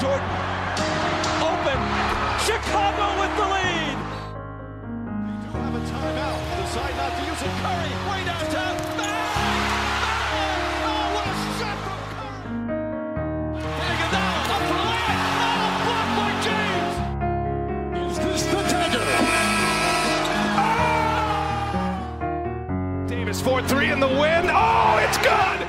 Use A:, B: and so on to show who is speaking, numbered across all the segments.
A: Jordan. Open. Chicago with the lead.
B: Do have a timeout. Decide not to use it. Curry, way downtown. Bang! Bang! Oh, what a shot from Curry! Iguodala up for the layup. Oh, blocked by James. Is this the dagger? Ah! Davis 4-3 in the win. Oh, it's good.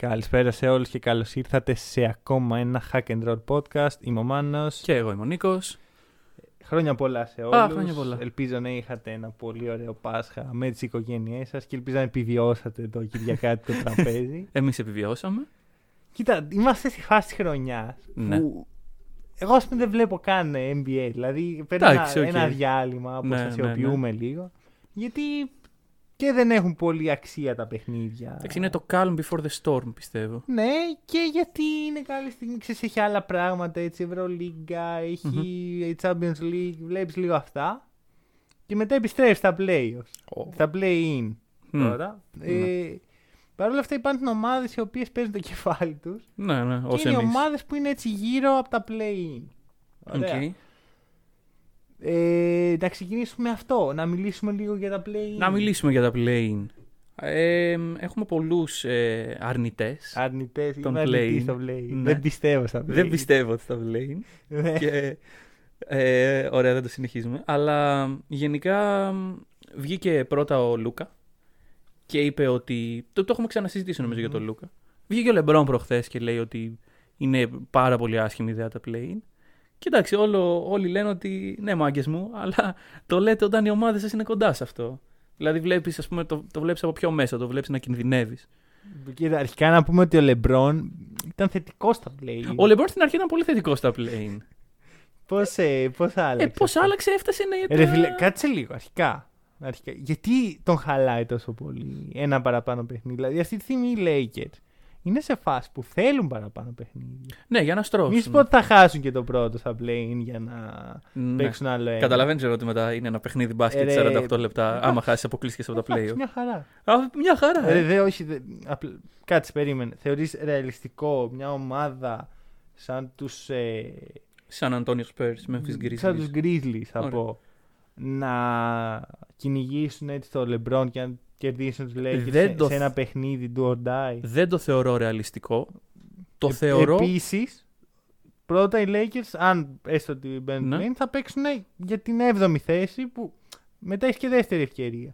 C: Καλησπέρα σε όλους και καλώς ήρθατε σε ακόμα ένα Hack and Roll podcast. Είμαι ο Μάνος.
D: Και εγώ είμαι ο Νίκος.
C: Χρόνια πολλά σε όλους.
D: χρόνια πολλά.
C: Ελπίζω να είχατε ένα πολύ ωραίο Πάσχα με τις οικογένειές σας και ελπίζω να επιβιώσατε το Κυριακάτικο τραπέζι.
D: Εμείς επιβιώσαμε.
C: Κοίτα, είμαστε στη φάση της χρονιάς
D: Ναι.
C: που εγώ ας πούμε δεν βλέπω καν NBA. Δηλαδή παίρνω ένα,
D: Εντάξει, οκ.
C: ένα διάλειμμα που
D: Ναι, ναι, ναι.
C: αποστασιοποιούμε λίγο. Γιατί και δεν έχουν πολύ αξία τα παιχνίδια.
D: Εντάξει, είναι το calm before the storm, πιστεύω.
C: Ναι, και γιατί είναι καλή στιγμή. Ξέρεις, έχει άλλα πράγματα, έτσι, Ευρωλίγκα, έχει Champions League, βλέπεις λίγο αυτά. Και μετά επιστρέφεις στα playoffs, στα play-in
D: Μμ.
C: τώρα. Ε,
D: Ναι.
C: Παρ' όλα αυτά υπάρχουν ομάδες οι οποίες παίζουν το κεφάλι τους
D: Ναι, ναι,
C: και
D: όσο
C: είναι
D: εμείς.
C: οι ομάδες που είναι έτσι γύρω από τα play-in. Ωραία. Ε, να ξεκινήσουμε αυτό, να μιλήσουμε λίγο για τα play-in.
D: Να μιλήσουμε για τα play-in. Ε, έχουμε πολλούς ε, αρνητές.
C: Αρνητές,
D: Των
C: είμαι αρνητής
D: play-in.
C: στο play-in.
D: Ναι.
C: Δεν πιστεύω στα play-in.
D: Δεν πιστεύω ότι τα play-in.
C: Ναι.
D: και, ε, ωραία, δεν το συνεχίζουμε. Αλλά γενικά μ, βγήκε πρώτα ο Λούκα και είπε ότι. Το, το έχουμε ξανασυζητήσει νομίζω
C: Mm-hmm.
D: για τον Λούκα. Βγήκε ο Λεμπρόν προχθές και λέει ότι είναι πάρα πολύ άσχημη ιδέα τα play-in. Και εντάξει, όλο, όλοι λένε ότι ναι, μάγκες μου, αλλά το λέτε όταν οι ομάδες σας είναι κοντά σε αυτό. Δηλαδή, βλέπεις, ας πούμε, το, το βλέπεις από πιο μέσα, το βλέπεις να κινδυνεύεις.
C: Mm. Κοίτα, αρχικά να πούμε ότι ο Λεμπρόν ήταν θετικός στα play.
D: Ο Λεμπρόν στην αρχή ήταν πολύ θετικός στα play-in.
C: Πώς, ε, πώς άλλαξε.
D: Ε, πώς
C: αυτό?
D: άλλαξε, έφτασε ναι, να.
C: Ε, Ρε φίλε, κάτσε λίγο, αρχικά. αρχικά. Γιατί τον χαλάει τόσο πολύ ένα παραπάνω παιχνίδι. Δηλαδή αυτή τη στιγμή οι Lakers είναι σε φάση που θέλουν παραπάνω παιχνίδι.
D: Ναι, για να στρώσουν.
C: Μη σου πω ότι θα χάσουν και το πρώτο στα play-in για να
D: Ναι.
C: παίξουν άλλο ένα.
D: Καταλαβαίνεις ότι μετά είναι ένα παιχνίδι μπάσκετ
C: Ε, ρε,
D: 48 λεπτά. Άμα χάσεις, αποκλείστηκες από τα
C: Ε, Εντάξει,
D: playoff.
C: Μια χαρά.
D: Α, Μια χαρά.
C: Ρε,
D: ε.
C: δε, όχι, δε, απλ- κάτσε, περίμενε. Θεωρείς ρεαλιστικό μια ομάδα σαν τους ε,
D: Σαν Αντώνιο Spurs, Memphis
C: σαν τους
D: Grizzlies.
C: Grizzlies θα
D: Ωραία.
C: πω να κυνηγήσουν έτσι το LeBron και να κερδίσουν τους Lakers
D: Δεν
C: σε,
D: το
C: σε
D: θ-
C: ένα παιχνίδι do or die.
D: Δεν το θεωρώ ρεαλιστικό.
C: Ε,
D: Το θεωρώ.
C: Επίσης, πρώτα οι Lakers, αν έστω ότι μπαίνουν
D: Ναι.
C: ναι. θα παίξουν για την 7η θέση που μετά έχεις και δεύτερη ευκαιρία.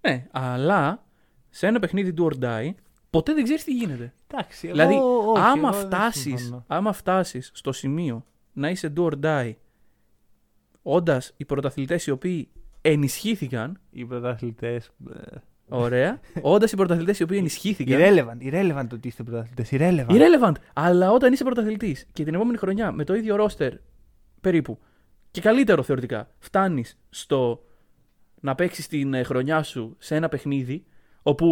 D: Ναι, αλλά σε ένα παιχνίδι do or die, ποτέ δεν ξέρεις τι γίνεται.
C: Εντάξει, εγώ-
D: Δηλαδή,
C: Ε, όχι,
D: άμα,
C: εγώ δεν
D: φτάσεις,
C: συμφωνώ.
D: άμα φτάσεις στο σημείο να είσαι do or die, όντας οι πρωταθλητές οι οποίοι ενισχύθηκαν,
C: Οι πρωταθλητές...
D: ωραία, όντας οι πρωταθλητές οι οποίοι ενισχύθηκαν,
C: Irrelevant, irrelevant το ότι είστε πρωταθλητές, irrelevant.
D: Irrelevant. Αλλά όταν είσαι πρωταθλητής και την επόμενη χρονιά με το ίδιο ρόστερ περίπου και καλύτερο θεωρητικά, φτάνεις στο να παίξεις την ε, χρονιά σου σε ένα παιχνίδι όπου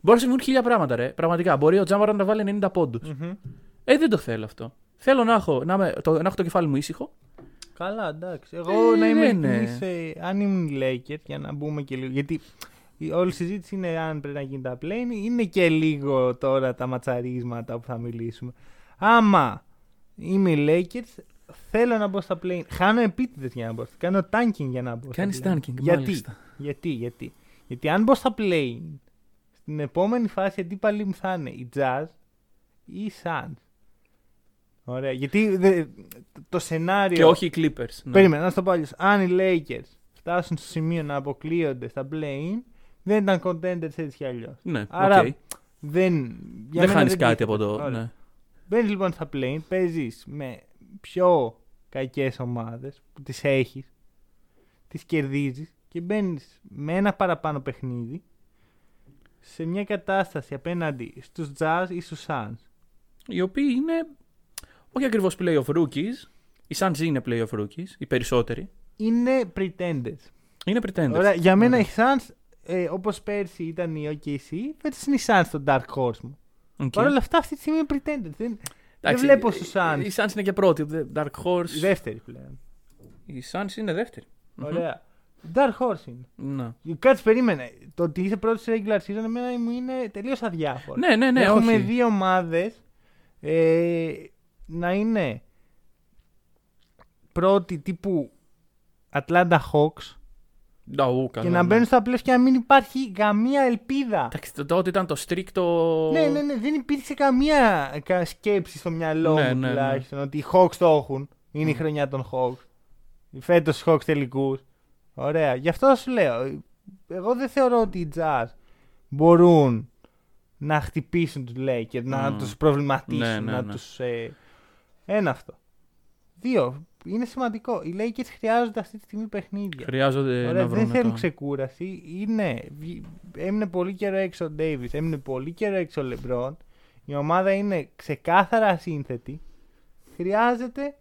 D: μπορεί να συμβούν χίλια πράγματα, ρε. Πραγματικά. Μπορεί ο Τζάμαρα να βάλει 90 ποντου Ε, δεν το θέλω αυτό. Θέλω να έχω, να, είμαι- το, να έχω το κεφάλι μου ήσυχο.
C: Καλά, εντάξει. Εγώ
D: Ε,
C: να είμαι
D: ναι,
C: ειλικρινής,
D: ναι.
C: ε, αν ήμουν οι Lakers, για να μπούμε και λίγο. Γιατί η όλη η συζήτηση είναι αν πρέπει να γίνει τα πλέον, είναι και λίγο τώρα τα ματσαρίσματα που θα μιλήσουμε. Άμα είμαι οι Lakers, θέλω να μπω στα πλέον. Χάνω επίτηδες για να μπω. στα- Κάνω tanking για να μπω. στα
D: Κάνεις
C: play-in.
D: tanking,
C: γιατί,
D: μάλιστα.
C: γιατί, γιατί. Γιατί αν μπω στα πλέον, στην επόμενη φάση οι αντίπαλοι μου θα είναι οι Jazz ή οι Suns. Ωραία. Γιατί δε- το σενάριο.
D: Και όχι οι Clippers. Ναι.
C: Περίμενα, να στο πω αλλιώς. Αν οι Lakers φτάσουν στο σημείο να αποκλείονται στα play-in, δεν ήταν contenders έτσι κι αλλιώς.
D: Ναι,
C: Άρα,
D: οκ.
C: Δεν, για
D: δεν
C: μένα
D: χάνεις κάτι
C: τίθεται.
D: από το.
C: Ωραία.
D: Ναι.
C: Μπαίνεις λοιπόν στα play-in, παίζεις με πιο κακές ομάδες που τις έχεις, τις κερδίζεις και μπαίνεις με ένα παραπάνω παιχνίδι σε μια κατάσταση απέναντι στους Jazz ή στους Suns.
D: οι οποίοι είναι όχι ακριβώς playoff rookies. Οι Suns είναι playoff rookies, οι περισσότεροι.
C: Είναι pretenders.
D: Είναι pretenders.
C: Ωραία, για μένα
D: Ωραία.
C: οι Suns, ε, όπως πέρσι ήταν η OKC, φέτος είναι οι Suns στο Dark Horse μου.
D: Οκ.
C: Παρ' όλα αυτά αυτή τη στιγμή είναι pretenders. Δεν, δεν
D: Εντάξει,
C: βλέπω
D: ε,
C: στους
D: Οι
C: Suns.
D: Suns είναι και πρώτοι. δε- Dark Horse.
C: Η δεύτερη πλέον.
D: Οι Suns είναι ναι. δεύτεροι.
C: Ωραία. Dark Horse είναι.
D: Να.
C: Κάτσε, περίμενε. Το ότι είσαι πρώτος regular season εμένα μου είναι τελείως αδιάφορο.
D: Ναι, ναι, ναι.
C: Έχουμε
D: όχι.
C: δύο ομάδες Ε, να είναι πρώτη τύπου Atlanta Hawks
D: Να, ου,
C: και
D: κανένα.
C: να μπαίνουν στα playoffs και να μην υπάρχει καμία ελπίδα.
D: Εντάξει, το- τότε ήταν το στρίκτο.
C: Ναι, ναι, ναι, δεν υπήρξε καμία κα- σκέψη στο μυαλό μου
D: Ναι, ναι, ναι.
C: τουλάχιστον ότι οι Hawks το έχουν. Είναι η χρονιά των Hawks. Φέτος οι Hawks τελικούς. Ωραία. Γι' αυτό σου λέω. Εγώ δεν θεωρώ ότι οι Jazz μπορούν να χτυπήσουν τους Lakers, να
D: Μμμ.
C: τους προβληματίσουν,
D: Ναι, ναι,
C: να
D: ναι.
C: τους... ε, Ένα αυτό. Δύο. Είναι σημαντικό. Οι Lakers χρειάζονται αυτή τη στιγμή παιχνίδια.
D: Χρειάζονται
C: Ωραία,
D: να βρουν.
C: δεν θέλουν ξεκούραση. Είναι, βγη- έμεινε πολύ καιρό έξω ο Ντέιβι, έμεινε πολύ καιρό έξω ο Λεμπρόν. Η ομάδα είναι ξεκάθαρα σύνθετη. Χρειάζεται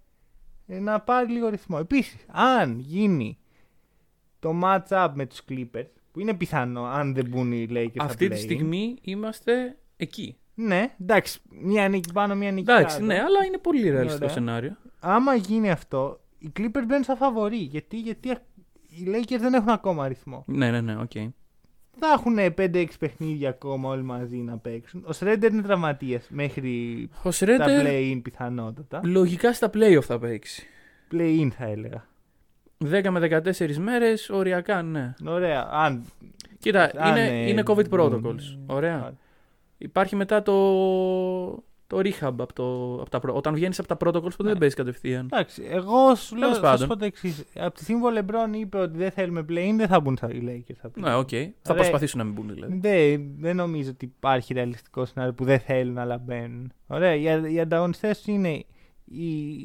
C: ε, να πάρει λίγο ρυθμό. Επίσης, αν γίνει το match-up με τους Clippers, που είναι πιθανό αν δεν μπουν οι Lakers στα
D: Αυτή τη
C: play-in.
D: στιγμή είμαστε εκεί.
C: Ναι, εντάξει, μία νίκη πάνω, μία νίκη
D: Εντάξει,
C: κάτω.
D: ναι, αλλά είναι πολύ ρεαλιστικό
C: Ωραία.
D: σενάριο.
C: Άμα γίνει αυτό, οι Clippers μπαίνουν σαν φαβορή. Γιατί, γιατί οι Lakers δεν έχουν ακόμα ρυθμό.
D: Ναι, ναι, ναι, οκ.
C: θα έχουν 5-6 παιχνίδια ακόμα όλοι μαζί να παίξουν. Ο Σρέντερ είναι τραυματίας μέχρι
D: Ο
C: τα
D: Σρέντερ
C: play-in πιθανότατα.
D: λογικά στα playoff θα παίξει.
C: Play-in θα έλεγα.
D: 10 με 14 μέρες, οριακά, ναι.
C: Ωραία. Αν...
D: Κοίτα,
C: Α,
D: είναι,
C: ναι.
D: είναι COVID protocols. Ωραία.
C: Α.
D: Υπάρχει μετά το, το rehab από το, από τα, προ- όταν βγαίνεις από τα protocols
C: Ναι.
D: που δεν παίζει κατευθείαν.
C: Εντάξει, εγώ σου λέω
D: Τέλος
C: θα σου
D: πάντων.
C: πω το εξής. Από τη στιγμή που ο Λεμπρόν είπε ότι δεν θέλουμε play-in, δεν θα μπουν στα οι Lakers. θα πούμε.
D: Ναι, οκ. Θα
C: Ρε.
D: προσπαθήσουν να μην μπουν δηλαδή.
C: Δεν, δεν νομίζω ότι υπάρχει ρεαλιστικό σενάριο που δεν θέλουν αλλά μπαίνουν. Ωραία, οι, α- οι ανταγωνιστές είναι οι.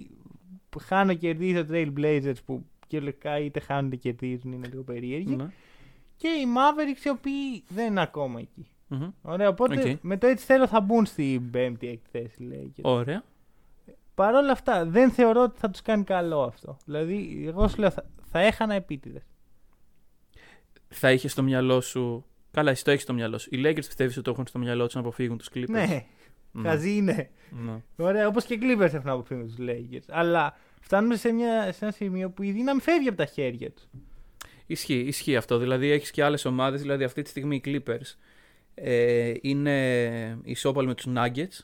C: Χάνω κερδίζω Trail Blazers που κυριολεκτικά είτε χάνουν είτε κερδίζουν, είναι λίγο περίεργοι.
D: Ναι.
C: και οι Mavericks οι οποίοι δεν είναι ακόμα εκεί.
D: Μμμ.
C: Ωραία, οπότε
D: Οκ.
C: με το έτσι θέλω θα μπουν στην πέμπτη εκθέση, λέει. Και...
D: Ωραία.
C: Παρ' όλα αυτά, δεν θεωρώ ότι θα τους κάνει καλό αυτό. Δηλαδή, εγώ σου λέω, θα, θα έχανα επίτηδες.
D: Θα είχες στο μυαλό σου. Καλά, εσύ το έχεις στο μυαλό σου. Οι Lakers πιστεύεις ότι το έχουν στο μυαλό τους να αποφύγουν τους Clippers.
C: Ναι, χαζή είναι.
D: Ναι.
C: Ωραία, όπως και οι Clippers έχουν αποφύγει τους Lakers. Αλλά φτάνουμε σε, μια, σε ένα σημείο που η δύναμη φεύγει από τα χέρια τους.
D: Ισχύει, ισχύει αυτό. Δηλαδή έχεις και άλλες ομάδες. Δηλαδή αυτή τη στιγμή οι Clippers ε, είναι ισόπαλοι με τους Nuggets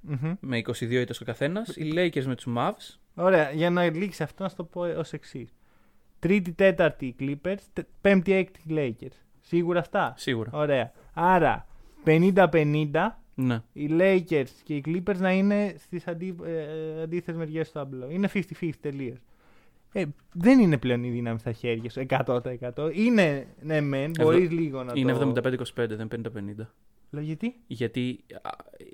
C: Μμμ.
D: με 22 ήττες ο καθένας. Οι Lakers με τους Mavs.
C: Ωραία, για να λήξει αυτό, να σου το πω ως εξής. Τρίτη, τέταρτη οι Clippers, τε- πέμπτη, έκτη οι Lakers. Σίγουρα αυτά.
D: Σίγουρα.
C: Ωραία. Άρα 50-50
D: Ναι.
C: οι Lakers και οι Clippers να είναι στις αντί, ε, αντίθετε μεριέ του ταμπλό. Είναι 50-50 τελείως. Ε, δεν είναι πλέον η δύναμη στα χέρια σου 100%. Είναι ναι, μεν,
D: Εβδο-
C: μπορείς λίγο να
D: Είναι
C: το.
D: 75-25, δεν είναι 50-50.
C: Λέω, γιατί?
D: Γιατί α,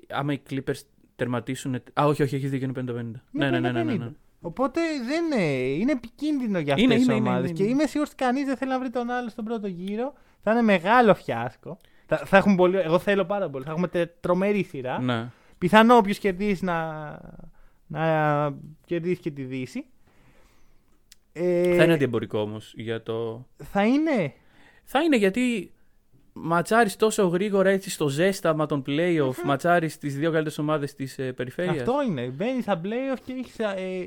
D: άμα οι Clippers τερματίσουν. Α, όχι, όχι, έχει δίκιο, είναι 50-50. Ναι, ναι, ναι, ναι, ναι, ναι.
C: 50-50. Οπότε δεν είναι, είναι επικίνδυνο για
D: Είναι,
C: αυτές τις
D: είναι, είναι,
C: ομάδες.
D: είναι,
C: Και
D: είναι.
C: είμαι σίγουρος ότι κανείς δεν θέλει να βρει τον άλλο στον πρώτο γύρο. Θα είναι μεγάλο φιάσκο. Θα, θα έχουμε πολύ, εγώ θέλω πάρα πολύ. Θα έχουμε τε- τρομερή σειρά.
D: Ναι.
C: Πιθανό όποιος κερδίσει να, να κερδίσει και τη Δύση. Ε,
D: Θα είναι αντιεμπορικό όμως για το.
C: θα είναι.
D: Θα είναι γιατί ματσάρεις τόσο γρήγορα έτσι στο ζέσταμα των playoff, ματσάρεις τις δύο καλύτερες ομάδες της ε, περιφέρειας.
C: Αυτό είναι. Μπαίνεις στα playoff και έχεις ε,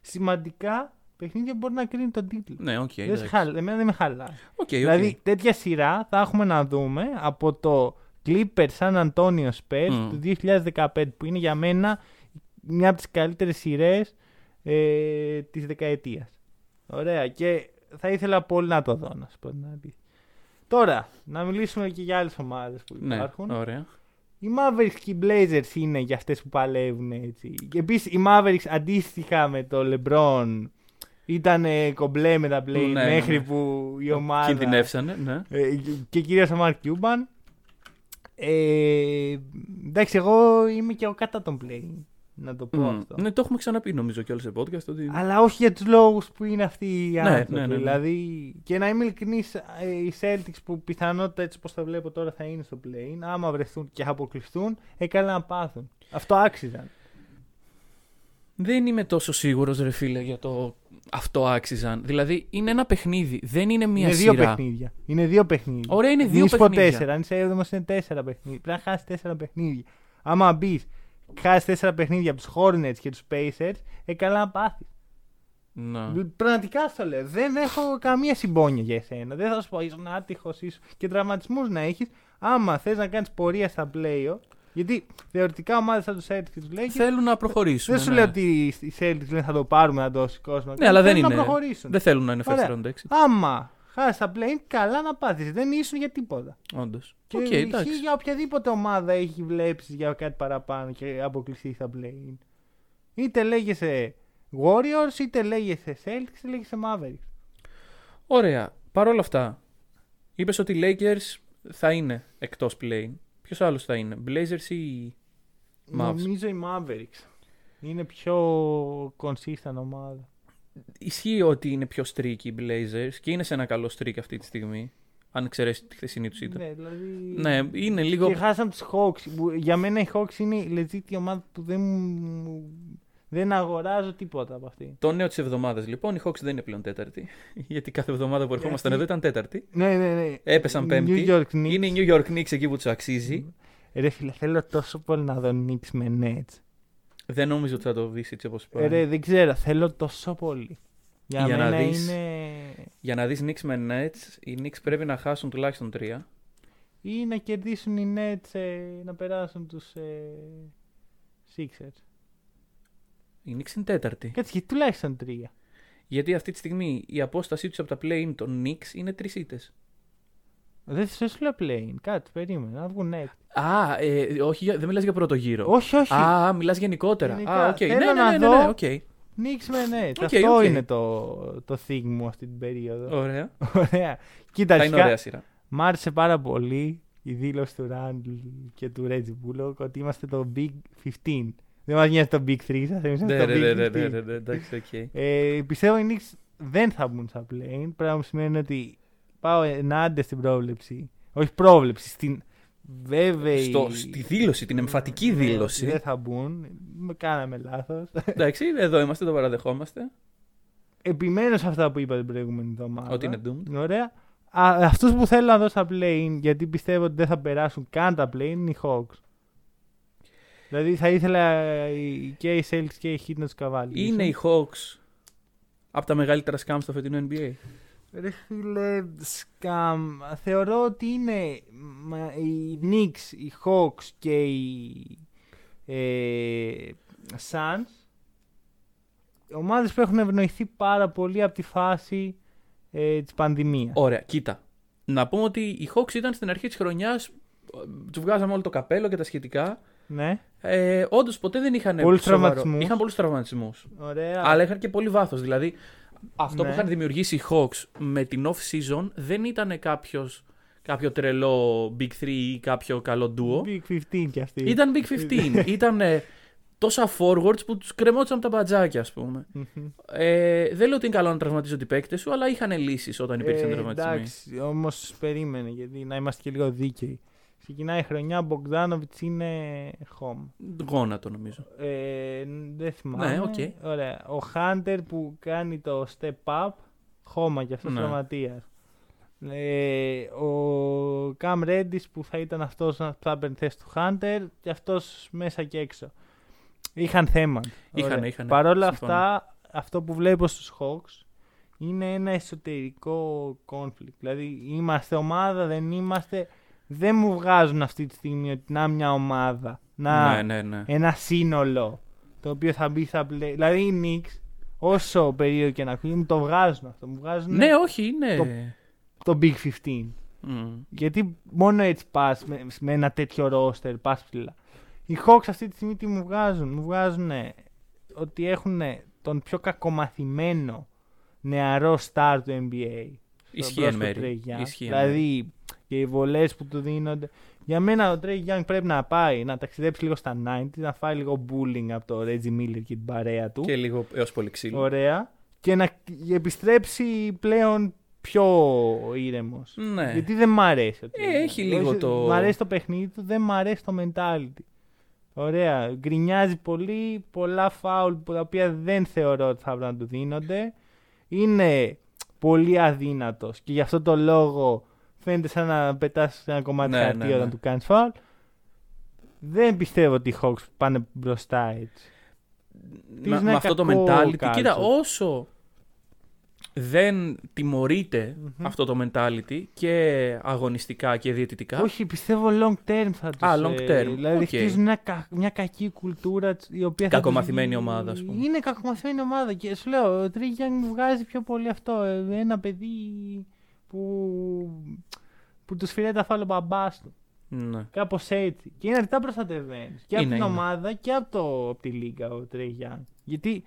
C: σημαντικά παιχνίδια που μπορεί να κρίνει τον τίτλο.
D: Ναι, οκ.
C: δεν σε
D: εντάξει.
C: χαλά- εμένα δεν με χαλάει.
D: Οκ, οκ.
C: Δηλαδή τέτοια σειρά θα έχουμε να δούμε από το Clipper San Antonio Spurs
D: Μμμ.
C: του 2015 που είναι για μένα μια από τις καλύτερες σειρές ε, της δεκαετίας. Ωραία και θα ήθελα πολύ να το δω να σου πω την αλήθεια. Τώρα, να μιλήσουμε και για άλλες ομάδες που
D: Ναι,
C: υπάρχουν.
D: ωραία.
C: Οι Mavericks και οι Blazers είναι για αυτές που παλεύουν έτσι. Και επίσης οι Mavericks αντίστοιχα με το LeBron ήταν κομπλέ με τα play
D: Ναι, ναι,
C: μέχρι
D: ναι.
C: που η ομάδα...
D: Κινδυνεύσανε, ναι.
C: Ε, και- και κυρίως ο Μαρκ Κιούμπαν. Ε, εντάξει, εγώ είμαι και εγώ κατά τον play. Να το πω
D: Μμμ.
C: Λοιπόν, αυτό.
D: Ναι, το έχουμε ξαναπεί νομίζω και όλε σε podcast. Ότι...
C: Αλλά όχι για τους λόγους που είναι αυτοί οι
D: Ναι,
C: άνθρωποι.
D: ναι, ναι, ναι.
C: Δηλαδή, και να είμαι ειλικρινής, οι Celtics που πιθανότητα έτσι όπως τα βλέπω τώρα θα είναι στο play, άμα βρεθούν και αποκλειστούν, έκαναν να πάθουν. Αυτό άξιζαν.
D: Δεν είμαι τόσο σίγουρος, ρε φίλε, για το αυτό άξιζαν. Δηλαδή είναι ένα παιχνίδι, δεν είναι μία
C: είναι
D: σειρά.
C: δύο παιχνίδια. Είναι δύο παιχνίδια.
D: Ωραία, είναι δύο
C: Μη σου πω
D: παιχνίδια.
C: τέσσερα. Αν είσαι έβδομος, είναι τέσσερα παιχνίδια. Πρέπει να χάσεις τέσσερα παιχνίδια. Άμα μπεις, χάσει τέσσερα παιχνίδια από τους Hornets και τους Pacers, ε, καλά να πάθεις.
D: Ναι.
C: Πραγματικά στο λέω. Δεν έχω καμία συμπόνια για εσένα. Δεν θα σου πω, ήσουν άτυχο ίσω και τραυματισμούς να έχεις. Άμα θες να κάνεις πορεία στα playoff, Γιατί θεωρητικά ομάδες σαν τους Celtics λέει.
D: Θέλουν να προχωρήσουν.
C: Δεν σου λέω ότι οι Celtics λένε θα το πάρουμε, να το σηκώσουμε.
D: Ναι, αλλά δεν
C: Θέλουν
D: είναι.
C: Να προχωρήσουν.
D: Δεν θέλουν να είναι first
C: Ωραία.
D: round exit.
C: Άμα χάσει τα play, καλά να πάθεις. Δεν ήσουν για τίποτα.
D: Όντως.
C: Και
D: Οκ,
C: ισχύει
D: εντάξει.
C: για οποιαδήποτε ομάδα έχει βλέψεις για κάτι παραπάνω και αποκλειστεί στα play. Είτε λέγεσαι Warriors, είτε λέγεσαι Celtics, είτε λέγεσαι Mavericks.
D: Ωραία. Παρ' όλα αυτά, είπες ότι οι Lakers θα είναι εκτός play. Ποιος άλλος θα είναι, Blazers ή. Mavs.
C: Νομίζω οι Mavericks. Είναι πιο consistent ομάδα.
D: Ισχύει ότι είναι πιο streak οι Blazers και είναι σε ένα καλό streak αυτή τη στιγμή. Αν εξαιρέσει τη χθεσινή τους ήταν.
C: Ναι, δηλαδή...
D: Ναι, είναι λίγο.
C: Και χάσαμε τους Hawks. που Για μένα οι Hawks είναι η legit η ομάδα που δεν, μου- δεν αγοράζω τίποτα από αυτή.
D: Το νέο της εβδομάδας λοιπόν, οι Hawks δεν είναι πλέον τέταρτη. Γιατί κάθε εβδομάδα που ερχόμασταν εδώ ήταν τέταρτη.
C: Ναι, ναι, ναι.
D: Έπεσαν πέμπτη.
C: New York Knicks.
D: Είναι οι New York Knicks εκεί που τους αξίζει.
C: Ρε φίλε, θέλω τόσο πολύ να δω Knicks με Nets.
D: Δεν νομίζω ότι θα το δει έτσι όπως πάει.
C: Ε, Ρε, δεν ξέρω, θέλω τόσο πολύ. Για,
D: Για να
C: μένα
D: δεις.
C: είναι...
D: Για να δεις Knicks με Nets, οι Knicks πρέπει να χάσουν τουλάχιστον τρία.
C: Ή να κερδίσουν οι Nets, ε, να περάσουν τους ε, Sixers.
D: Οι Knicks είναι τέταρτη.
C: Κάτσε, γιατί τουλάχιστον τρία.
D: Γιατί αυτή τη στιγμή η απόστασή τους από τα play-in των Knicks είναι τρεις ήττες.
C: Δεν σε σου λέω play-in. Κάτσε, περίμενα. Να βγουν έκτη.
D: Α, ε, όχι, για- δεν μιλάς για πρώτο γύρο.
C: Όχι, όχι.
D: Α, μιλάς γενικότερα.
C: Γενικά,
D: Α, οκ.
C: θέλω
D: Ναι, ναι,
C: να
D: ναι, ναι, ναι,
C: δω.
D: οκ.
C: Νίξ με ναι.
D: Οκ,
C: Αυτό
D: οκ.
C: είναι το, το thing μου αυτή την περίοδο.
D: Ωραία.
C: Ωραία. Κοίτα,
D: Θα είναι ωραία
C: αρχικά,
D: σειρά.
C: μ' άρεσε πάρα πολύ η δήλωση του Ράντλ και του Ρέτζι Μπούλοκ ότι είμαστε το Big 15. Δεν μας νοιάζει το Big 3, σας εμείς
D: Ναι,
C: είμαστε το
D: ναι, ναι, ναι,
C: Big
D: ναι,
C: 15.
D: ναι, ναι, εντάξει, οκ.
C: Ε, πιστεύω οι Knicks δεν θα μπουν στα play Πράγμα που σημαίνει ότι πάω ενάντια στην πρόβλεψη. Όχι πρόβλεψη, στην βέβαιη.
D: Στο- Στη δήλωση, την εμφατική
C: Ναι, ότι
D: δήλωση.
C: Δεν θα μπουν. Με κάναμε λάθος.
D: Εντάξει, εδώ είμαστε, το παραδεχόμαστε.
C: Επιμένω σε αυτά που είπα την προηγούμενη εβδομάδα.
D: Ότι είναι doomed.
C: Ωραία. Α, αυτούς που θέλω να δω στα play γιατί πιστεύω ότι δεν θα περάσουν καν τα play είναι οι Hawks. Δηλαδή θα ήθελα οι- και οι Celtics και οι Heat να τους καβάλουν.
D: Είναι οι Hawks από τα μεγαλύτερα scam στο φετινό NBA.
C: Ρε φίλε, σκαμ. Θεωρώ ότι είναι μα, οι Knicks, οι Hawks και οι ε, Suns ομάδες που έχουν ευνοηθεί πάρα πολύ από τη φάση ε, της πανδημίας.
D: Ωραία, κοίτα. Να πούμε ότι οι Hawks ήταν στην αρχή της χρονιάς. Του βγάζαμε όλο το καπέλο και τα σχετικά.
C: Ναι,
D: Ε, Όντως ποτέ δεν είχαν.
C: Πολλούς
D: σοβαρό-
C: τραυματισμούς.
D: Είχαν πολλούς τραυματισμούς.
C: ωραία.
D: Αλλά είχαν και πολύ βάθος. Δηλαδή, αυτό
C: Ναι.
D: που είχαν δημιουργήσει οι Hawks με την off season δεν ήταν κάποιος, κάποιο τρελό Big 3 ή κάποιο καλό duo.
C: Big 15 κι αυτή.
D: Ήταν Big 15. ήταν ε, τόσα forwards που τους κρεμόντουσαν από τα μπατζάκια, ας πούμε.
C: Μμμ.
D: Ε, δεν λέω ότι είναι καλό να τραυματίζονται οι παίκτες σου, αλλά είχαν λύσεις όταν υπήρξαν
C: Ε,
D: τραυματισμοί.
C: Εντάξει, όμως περίμενε γιατί να είμαστε και λίγο δίκαιοι. Ξεκινάει η χρονιά, Μπογκδάνοβιτ είναι home.
D: Γόνατο νομίζω.
C: Ε, δεν θυμάμαι.
D: Ναι, οκ.
C: Ωραία. Ο Χάντερ που κάνει το step up, χώμα και αυτός
D: Ναι.
C: τραυματίας. Ε, ο Καμ Ρέντις που θα ήταν αυτός που θα έπαιρνε θέση του Χάντερ και αυτός μέσα και έξω. Είχαν θέμα.
D: Είχανε,
C: Ωραία.
D: είχανε.
C: Παρ' όλα
D: Συμφωνώ.
C: αυτά, αυτό που βλέπω στους Hawks είναι ένα εσωτερικό conflict. Δηλαδή, είμαστε ομάδα, δεν είμαστε. Δεν μου βγάζουν αυτή τη στιγμή ότι να μια ομάδα. Να,
D: Ναι, ναι, ναι.
C: ένα σύνολο το οποίο θα μπει στα play. Δηλαδή οι Knicks, όσο περίεργο και να ακούγεται, μου το βγάζουν αυτό. Μου βγάζουν
D: Ναι, όχι, είναι.
C: το Big 15.
D: Μμ.
C: Γιατί μόνο έτσι πας με, με ένα τέτοιο roster, πας ψηλά. Οι Hawks αυτή τη στιγμή τι μου βγάζουν, μου βγάζουν ότι έχουν τον πιο κακομαθημένο νεαρό star του NBA.
D: Ισχύει εν μέρη. Ισχύει
C: Ισχύει.
D: εν
C: Δηλαδή και οι βολές που του δίνονται. Για μένα ο Τρέι Young πρέπει να πάει να ταξιδέψει λίγο στα 90, να φάει λίγο bullying από το Reggie Miller και την παρέα του.
D: Και λίγο έως πολύ ξύλο.
C: Ωραία. Και να επιστρέψει πλέον πιο ήρεμος.
D: Ναι.
C: Γιατί δεν μ' αρέσει. ότι-
D: Ε, έχει λίγο
C: όχι-
D: το-
C: Μ' αρέσει το παιχνίδι του, δεν μ' αρέσει το mentality. Ωραία. Γκρινιάζει πολύ, πολλά φάουλ που τα οποία δεν θεωρώ ότι θα πρέπει να του δίνονται. Είναι πολύ αδύνατος και γι' αυτό το λόγο φαίνεται σαν να πετάς ένα κομμάτι
D: Ναι,
C: χαρτί
D: ναι,
C: όταν
D: ναι.
C: του κάνεις φάουλ. Δεν πιστεύω ότι οι Hawks πάνε μπροστά έτσι.
D: Να-
C: είναι
D: με αυτό το
C: κακό
D: mentality.
C: culture.
D: Κοίτα, όσο δεν τιμωρειται αυτό το mentality και αγωνιστικά και διαιτητικά.
C: Όχι, πιστεύω long term θα τους...
D: Α, long
C: ε,
D: term.
C: Δηλαδή
D: Οκ.
C: χτίζουν μια, κα- μια κακή κουλτούρα τσ- η οποία... θα τους-
D: Κακομαθημένη ομάδα, ας πούμε.
C: Είναι κακομαθημένη ομάδα και σου λέω, ο Τρίγιανγκ μου βγάζει πιο πολύ αυτό. ε, Ένα παιδί που, που τους φυλάει τα φάλο μπαμπάς του.
D: Ναι.
C: Κάπως έτσι. Και είναι αρκετά προστατευμένος. Και από
D: Είναι,
C: την
D: είναι.
C: ομάδα και από, το, από τη Λίγκα ο Τρέι Γιάνγκ. Γιατί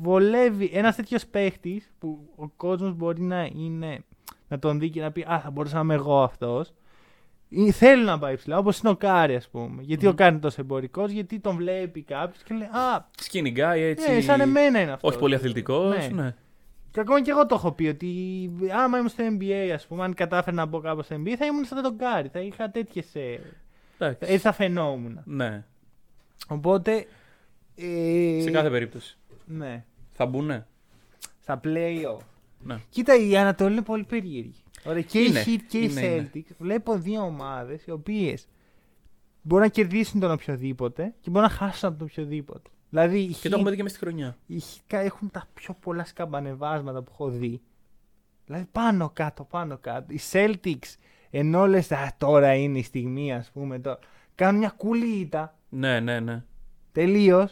C: βολεύει ένας τέτοιος παίχτης που ο κόσμος μπορεί να είναι. να τον δει και να πει Α, θα μπορούσα να είμαι εγώ αυτός. Θέλει να πάει ψηλά, όπως είναι ο Κάρι, ας πούμε. Γιατί ο Κάρι είναι τόσο εμπορικός, γιατί τον βλέπει κάποιος και λέει Α,
D: Skinny guy, έτσι.
C: ε, σαν εμένα είναι αυτό.
D: Όχι πολύ αθλητικός. Ναι.
C: Και ακόμα και εγώ το έχω πει ότι άμα ήμουν στο NBA, ας πούμε, αν κατάφερα να μπω κάπου στο NBA, θα ήμουν σαν τον Κάρι. Θα είχα ε, τέτοιε.
D: Εντάξει.
C: Έτσι θα φαινόμουν.
D: Ναι.
C: Οπότε. ε,
D: Σε κάθε περίπτωση.
C: Ναι.
D: Θα μπουνε.
C: Στα playoff.
D: Ναι.
C: Κοίτα, η Ανατολή είναι πολύ περίεργη. Ωραία, και
D: Είναι.
C: η Heat και
D: Είναι,
C: η
D: είναι.
C: Celtics. Βλέπω δύο ομάδες οι οποίες μπορούν να κερδίσουν τον οποιοδήποτε και μπορούν να χάσουν από τον οποιοδήποτε. Δηλαδή οι
D: Και
C: Heat,
D: το έχουμε δει και μέσα στη χρονιά.
C: οι Heat έχουν τα πιο πολλά σκαμπανεβάσματα που έχω δει. Δηλαδή πάνω κάτω, πάνω κάτω. Οι Celtics ενώ λες «Α, τώρα είναι η στιγμή, ας πούμε, τώρα, κάνουν μια κουλίτα.
D: Ναι, ναι, ναι.
C: Τελείως.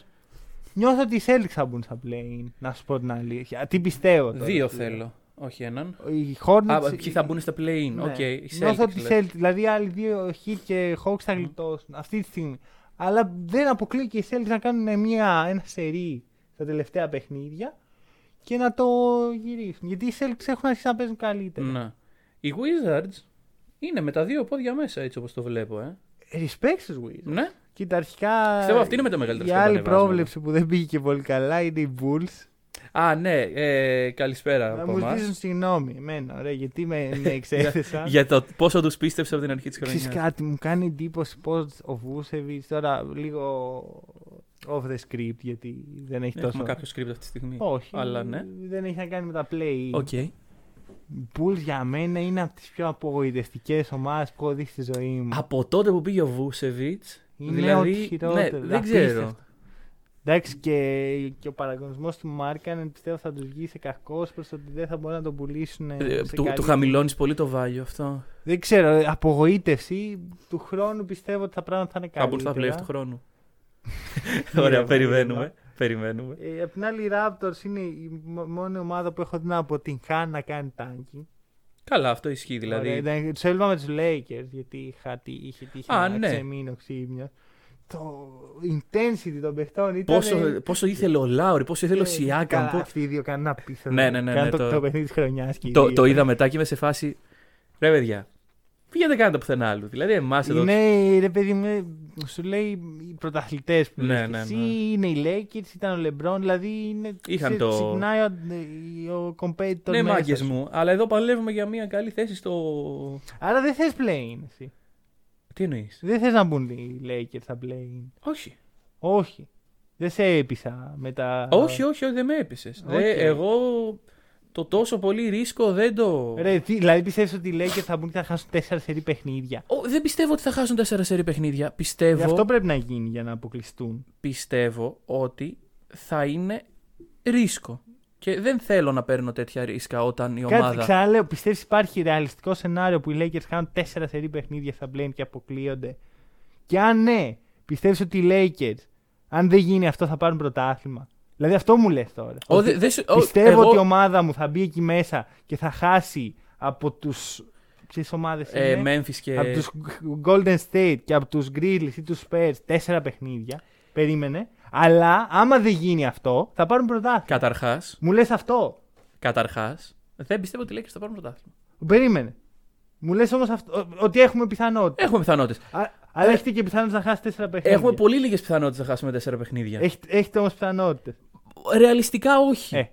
C: Νιώθω ότι οι Celtics θα μπουν στα play να σου πω την αλήθεια. Τι πιστεύω τώρα.
D: Δύο θέλω. Όχι έναν.
C: Οι Hornets...
D: Α, ποιοι θα μπουν στα play-in. Οκ.
C: Ναι.
D: οι
C: Νιώθω
D: Celtics,
C: ότι οι
D: λες.
C: Celtics, δηλαδή οι άλλοι δύο, Heat και Hawks θα γλιτώσουν αυτή τη στιγμή. Αλλά δεν αποκλείω και οι Celtics να κάνουν μια, ένα σερί στα τελευταία παιχνίδια και να το γυρίσουν. Γιατί οι Celtics έχουν αρχίσει να παίζουν καλύτερα.
D: Ναι. Οι Wizards είναι με τα δύο πόδια μέσα έτσι όπως το βλέπω. Ε.
C: Respect στους Wizards.
D: Ναι.
C: Κοίτα, αρχικά.
D: Πιστεύω αυτή είναι με τα μεγαλύτερα
C: Η άλλη
D: σκαμπανεβάσματα.
C: πρόβλεψη που δεν πήγε και πολύ καλά είναι οι Bulls.
D: Α, ναι. Ε, καλησπέρα
C: Να
D: από
C: μου
D: εμάς.
C: ζητήσουν συγγνώμη εμένα, ωραία, γιατί με, με εξέθεσαν.
D: Για το πόσο τους πίστεψα από την αρχή της
C: Ξέρεις
D: χρονιάς.
C: κάτι, μου κάνει εντύπωση πως ο Βούσεβιτς τώρα λίγο off the script γιατί δεν έχει
D: Έχουμε
C: τόσο...
D: κάποιο script αυτή τη στιγμή.
C: Όχι,
D: Αλλά ναι.
C: δεν έχει να κάνει με τα play.
D: Οκ.
C: Οι Bulls για μένα είναι από τις πιο απογοητευτικές ομάδες που έχω δει στη ζωή μου.
D: Από τότε που πήγε ο Βούσεβιτ.
C: Είναι
D: δηλαδή,
C: ό,τι χειρότερο.
D: Ναι, δεν ξέρω.
C: Απίστευτο. Εντάξει και, και ο παραγωνισμός του Μάρκανεν πιστεύω θα τους βγει σε κακός προς το ότι δεν θα μπορούν να τον πουλήσουν ε,
D: Ε,
C: σε
D: Του, του
C: καλύτερο.
D: χαμηλώνεις πολύ το βάλιο αυτό.
C: Δεν ξέρω, ε, απογοήτευση του χρόνου πιστεύω ότι τα πράγματα θα είναι
D: Θα μπουν
C: καλύτερα.
D: στα playoff του χρόνου.
C: Ναι,
D: Ωραία,
C: ρε,
D: περιμένουμε. Περιμένουμε.
C: Ε, απ' την άλλη, οι Raptors είναι η μο- μόνη ομάδα που έχω δει να αποτυγχάνει να κάνει τάγκινγκ.
D: Καλά, αυτό ισχύει δηλαδή.
C: Του έλειπα με τους Lakers γιατί είχα, τι- είχε τύχει
D: Α,
C: να
D: ναι.
C: ξεμείνω ξύμιο. Το intensity των παιχτών ήταν. ε,
D: Πόσο, πόσο ήθελε ο Λάουρη, πόσο ήθελε ο Σιάκαμ. πο-
C: Αυτοί οι δύο κάνουν απίστευτο.
D: Ναι, ναι, ναι,
C: Κάνουν
D: ναι,
C: το,
D: το-
C: το παιχνίδι της χρονιάς.
D: Το, το είδα μετά και είμαι σε φάση. Ρε, παιδιά, πήγαινε κάνετε πουθενά άλλου. Δηλαδή, εμάς εδώ.
C: Είναι, ρε παιδί μου, ε, σου λέει οι πρωταθλητές που
D: Ναι,
C: λες και
D: ναι,
C: εσύ,
D: ναι.
C: είναι οι Lakers, ήταν ο Λεμπρόν, δηλαδή είναι.
D: Είχαν
C: ξε-
D: το-
C: Ξυπνάει ο, ο competitor.
D: Ναι,
C: μέσα
D: μάγκες
C: σου.
D: μου, αλλά εδώ παλεύουμε για μια καλή θέση στο.
C: Άρα δεν θες play εσύ.
D: Τι εννοείς.
C: Δεν θες να μπουν οι Lakers στα play
D: Όχι.
C: Όχι. Δεν σε έπεισα με τα...
D: Όχι, όχι, όχι, δεν με έπεισες.
C: Οκ.
D: Εγώ το τόσο πολύ ρίσκο δεν το.
C: Ρε, τι, δηλαδή πιστεύεις ότι οι Lakers θα μπουν και θα χάσουν 4 σερί παιχνίδια.
D: Ο, δεν πιστεύω ότι θα χάσουν 4 σερή παιχνίδια. Πιστεύω,
C: Γι' αυτό πρέπει να γίνει για να αποκλειστούν.
D: πιστεύω ότι θα είναι ρίσκο. Και δεν θέλω να παίρνω τέτοια ρίσκα όταν η
C: Κάτι
D: ομάδα.
C: ξαναλέω, πιστεύεις υπάρχει ρεαλιστικό σενάριο που οι Lakers χάνουν 4 σερί παιχνίδια στα play και αποκλείονται. Και αν ναι, πιστεύεις ότι οι Lakers, αν δεν γίνει αυτό θα πάρουν πρωτάθλημα. Δηλαδή αυτό μου λες τώρα.
D: Ο,
C: Ότι
D: δε- δεν σου- ο,
C: πιστεύω
D: εγώ-
C: ότι η ομάδα μου θα μπει εκεί μέσα και θα χάσει από τους... Ποιες ομάδες είναι.
D: Ε, Memphis και.
C: από τους Golden State και από τους Grizzlies ή τους Spurs τέσσερα παιχνίδια. Περίμενε. Αλλά άμα δεν γίνει αυτό, θα πάρουν πρωτάθλημα.
D: Καταρχάς,
C: Μου λες αυτό.
D: καταρχάς, δεν πιστεύω ότι οι Lakers θα πάρουν πρωτάθλημα.
C: Περίμενε. Μου λες όμως αυτό, ο- ότι έχουμε πιθανότητα.
D: Έχουμε πιθανότητες.
C: Α- Αλλά έχετε και πιθανότητα να χάσει τέσσερα παιχνίδια.
D: Ε, Έχουμε πολύ λίγες πιθανότητες να χάσουμε 4 παιχνίδια.
C: Έχετε, έχετε όμως πιθανότητες.
D: Ρεαλιστικά όχι.
C: Ε,
D: είναι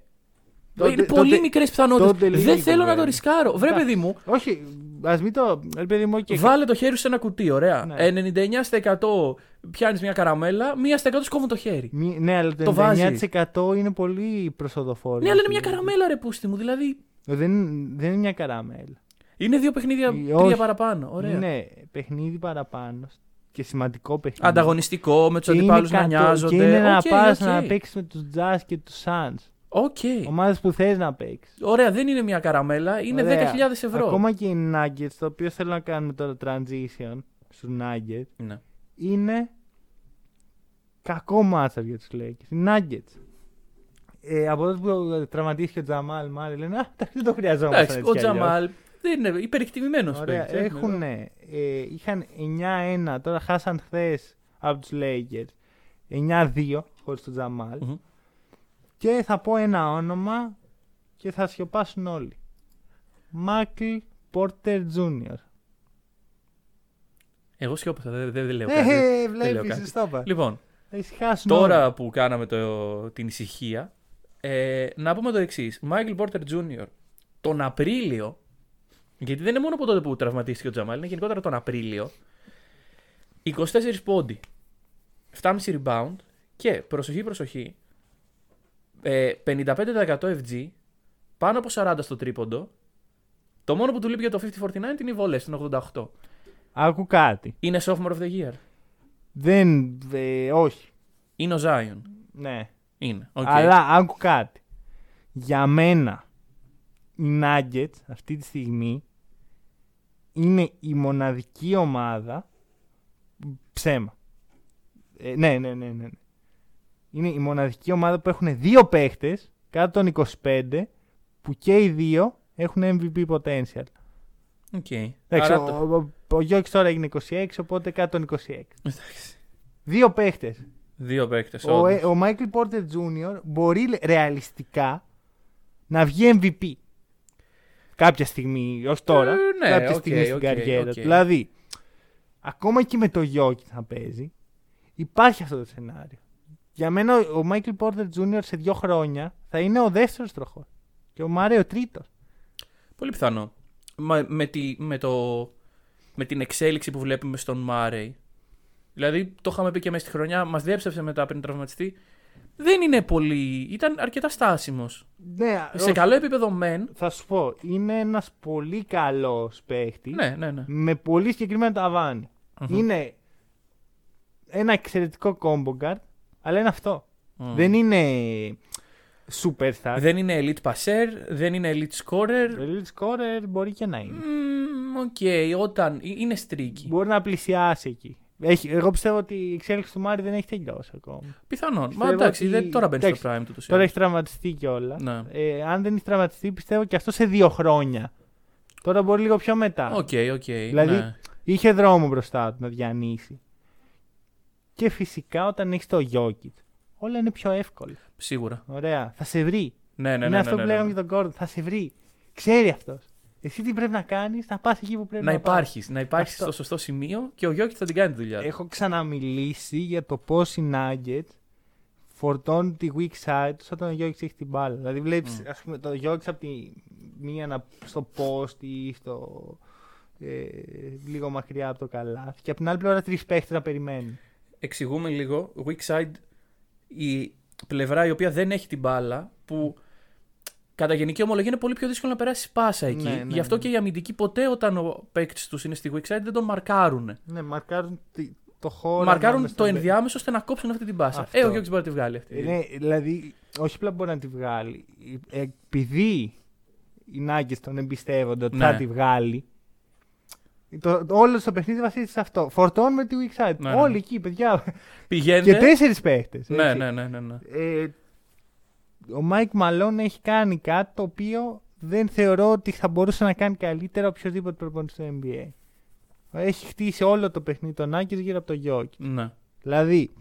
C: τότε-
D: πολύ
C: τότε-
D: μικρές πιθανότητες.
C: τότε λύνει
D: Δεν
C: η
D: θέλω να το
C: κουβέντα.
D: ρισκάρω. Βρε,
C: Εντάξει.
D: παιδί μου,
C: Όχι, ας μην το... Ρε παιδί μου, και...
D: Βάλε το χέρι σου σε ένα κουτί, ωραία.
C: Ναι.
D: 99% πιάνεις μια καραμέλα, 1% σου κόβουν το χέρι.
C: Μη- Ναι, αλλά
D: Το
C: το
D: βάζει.
C: 99% είναι πολύ προσοδοφόρο. Ε,
D: Ναι, αλλά είναι μια καραμέλα, ρε πούστη μου. Δηλαδή
C: Δεν, δεν είναι μια καραμέλα.
D: είναι δύο παιχνίδια,
C: Ε,
D: τρία
C: όχι. Ναι.
D: παραπάνω. Ωραία.
C: Είναι παιχνίδι παραπάνω και σημαντικό παιχνίδι.
D: Ανταγωνιστικό, με τους
C: Και είναι
D: αντιπάλους να
C: κατώ-
D: νοιάζονται.
C: Και είναι να
D: Οκ, Ε.
C: πας
D: οκ.
C: να παίξεις με τους Jazz και τους Suns.
D: Οκ.
C: Ομάδες που θες να παίξεις.
D: Ωραία, δεν είναι μια καραμέλα, είναι 10.000 ευρώ.
C: Ακόμα και οι Nuggets, το οποίο θέλω να κάνουμε τώρα transition στους Nuggets,
D: Ναι.
C: είναι κακό μάτσα για τους Lakers. Οι Nuggets. Ε, από τότε που τραυματίστηκε ο Τζαμάλ, μάλλον λένε Α, εντάξει, δεν το χρειαζόμαστε.
D: Εντάξει, ο Τζαμάλ δεν είναι υπερεκτιμημένος παίκτη.
C: Έχουν, ε, είχαν 9-1, τώρα χάσαν χθες από τους Lakers. 9-2 χωρίς τον τζαμαλ
D: Μμμ.
C: Και θα πω ένα όνομα και θα σιωπάσουν όλοι. Μάικλ Πόρτερ Τζούνιορ.
D: Εγώ σιώπασα, δεν, δεν, δεν λέω κάτι.
C: Ε,
D: δεν λέω
C: βλέπει,
D: κάτι.
C: σωστά είπα.
D: Λοιπόν,
C: Θα ησυχάσουν όλοι.
D: Τώρα που κάναμε το, την ησυχία, ε, να πούμε το εξής. Μάικλ Πόρτερ Τζούνιορ τον Απρίλιο, γιατί δεν είναι μόνο από τότε που τραυματίστηκε ο Τζαμάλ, είναι γενικότερα τον Απρίλιο, 24 πόντι, 7,5 rebound και προσοχή, προσοχή, ε, 55% FG, πάνω από 40 στο τρίποντο. Το μόνο που του λείπει για το 50-49 είναι οι βολές, τον 88.
C: Άκου κάτι.
D: Είναι sophomore of the year.
C: Δεν. ε, όχι.
D: Είναι ο Zion.
C: Ναι.
D: Είναι. Οκ.
C: Αλλά άκου κάτι. Για μένα οι Nuggets αυτή τη στιγμή είναι η μοναδική ομάδα ψέμα. Ε, ναι, ναι, ναι, ναι. ναι. Είναι η μοναδική ομάδα που έχουν δύο παίχτες κάτω των 25 που και οι δύο έχουν MVP potential.
D: Οκ.
C: Εντάξει,
D: Άρα
C: ο,
D: το-
C: ο, ο, Γιώκης τώρα έγινε 26, οπότε κάτω των 26.
D: Εντάξει.
C: Δύο παίχτες.
D: Δύο παίκτε.
C: Ο, ε- ο Michael Porter Jr. μπορεί λε- ρεαλιστικά να βγει MVP. Κάποια στιγμή, ως τώρα.
D: Ε, ναι,
C: κάποια
D: οκ,
C: στιγμή στην
D: οκ,
C: καριέρα
D: οκ.
C: του. Δηλαδή, ακόμα και με το Γιώκη να παίζει, υπάρχει αυτό το σενάριο. Για μένα ο ο Michael Porter Jr. σε δύο χρόνια θα είναι ο δεύτερος τροχός. Και ο Μάρε ο τρίτος.
D: Πολύ πιθανό. Μα, με, τη, με, το, με την εξέλιξη που βλέπουμε στον Μάρεϊ. Δηλαδή, το είχαμε πει και μέσα στη χρονιά, μας διέψευσε μετά πριν τραυματιστεί. Δεν είναι πολύ. ήταν αρκετά στάσιμος.
C: Ναι,
D: Σε
C: όχι, Ε.
D: καλό επίπεδο, μεν.
C: θα σου πω, είναι ένας πολύ καλός παίχτης.
D: Ναι, ναι, ναι.
C: με πολύ συγκεκριμένο ταβάνι. Είναι ένα εξαιρετικό combo guard, αλλά είναι αυτό.
D: Μμμ.
C: Δεν είναι superstar.
D: Δεν είναι elite passer, δεν είναι elite scorer.
C: Elite scorer μπορεί και να είναι.
D: Μμμ, Οκ, όταν. ε, είναι streaky.
C: Μπορεί να πλησιάσει εκεί. Έχει, εγώ πιστεύω ότι η εξέλιξη του Μάρι δεν έχει τελειώσει ακόμα.
D: Πιθανόν. Μα
C: Πιστεύω
D: εντάξει,
C: ότι-
D: δεν, τώρα μπαίνει στο prime
C: εντάξει,
D: του. τους ή
C: Τώρα
D: άλλως.
C: έχει τραυματιστεί κιόλας.
D: Ναι.
C: Ε, αν δεν έχει τραυματιστεί, πιστεύω και αυτό σε δύο χρόνια. Τώρα μπορεί λίγο πιο μετά.
D: Οκ, οκ.
C: Δηλαδή,
D: ναι.
C: Είχε δρόμο μπροστά του να διανύσει. Και φυσικά όταν έχεις το Jokic, όλα είναι πιο εύκολα.
D: Σίγουρα.
C: Ωραία. Θα σε βρει.
D: Ναι, ναι, ναι.
C: είναι
D: ναι,
C: αυτό
D: ναι,
C: που
D: ναι.
C: λέγαμε για τον Gordon. Θα σε βρει. Ξέρει αυτός. Εσύ τι πρέπει να κάνεις, να πας εκεί που πρέπει να,
D: να
C: πας.
D: υπάρχεις. Να υπάρχεις
C: Αυτό.
D: στο σωστό σημείο και ο Γιώκη θα την κάνει τη δουλειά. του.
C: Έχω ξαναμιλήσει για το πώς οι Nuggets φορτώνουν τη weak side τους όταν ο Γιώργη έχει την μπάλα. Δηλαδή, βλέπεις ας πούμε, το Γιώργη από τη μία να, στο post ή στο. Ε, λίγο μακριά από το καλάθι και από την άλλη πλευρά τρεις παίχτες να περιμένουν.
D: Εξηγούμε λίγο. Weak side, η πλευρά η οποία δεν έχει την μπάλα, που κατά γενική ομολογία είναι πολύ πιο δύσκολο να περάσει πάσα εκεί.
C: Ναι, ναι,
D: Γι' αυτό
C: ναι.
D: και οι αμυντικοί ποτέ όταν ο παίκτης τους είναι στη weak side δεν τον μαρκάρουν.
C: Ναι, μαρκάρουν τη- το χώρο.
D: μαρκάρουν
C: ανάμεσα
D: το
C: στα-
D: ενδιάμεσο ώστε να κόψουν αυτή την πάσα.
C: Αυτό.
D: Ε, ο Γιώκη μπορεί να τη βγάλει αυτή.
C: Ε, Ναι, δηλαδή, όχι απλά μπορεί να τη βγάλει. Ε, Επειδή οι Νάγκε τον εμπιστεύονται ότι
D: Ναι.
C: θα τη βγάλει. Το, το- όλος το παιχνίδι βασίζεται σε αυτό. Φορτώνουμε τη weak side.
D: Ναι, ναι.
C: Όλοι εκεί, παιδιά.
D: Πηγαίνετε.
C: Και τέσσερις παίχτες.
D: ναι, ναι, ναι, ναι, ναι.
C: Ε, ο Μάικ Μαλόν έχει κάνει κάτι το οποίο δεν θεωρώ ότι θα μπορούσε να κάνει καλύτερα οποιοδήποτε προπονητής στο NBA. Έχει χτίσει όλο το παιχνίδι των Νάγκε γύρω από το Γιώκη.
D: ναι.
C: Δηλαδή,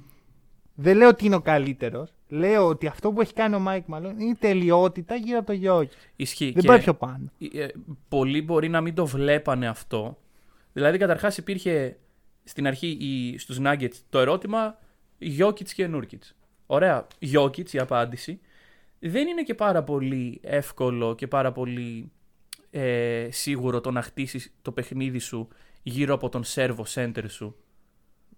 C: δεν λέω ότι είναι ο καλύτερος. Λέω ότι αυτό που έχει κάνει ο Μάικ Μαλόν είναι η τελειότητα γύρω από το Γιώργη.
D: Ισχύει.
C: Δεν
D: Και-
C: πάει πιο πάνω.
D: ε, πολλοί μπορεί να μην το βλέπανε αυτό. Δηλαδή, καταρχάς υπήρχε στην αρχή η, στους Nuggets το ερώτημα Γιώκητς και Νούρκιτς. Ωραία, Γιώκητς η απάντηση. Δεν είναι και πάρα πολύ εύκολο και πάρα πολύ ε, σίγουρο το να χτίσεις το παιχνίδι σου γύρω από τον servo center σου,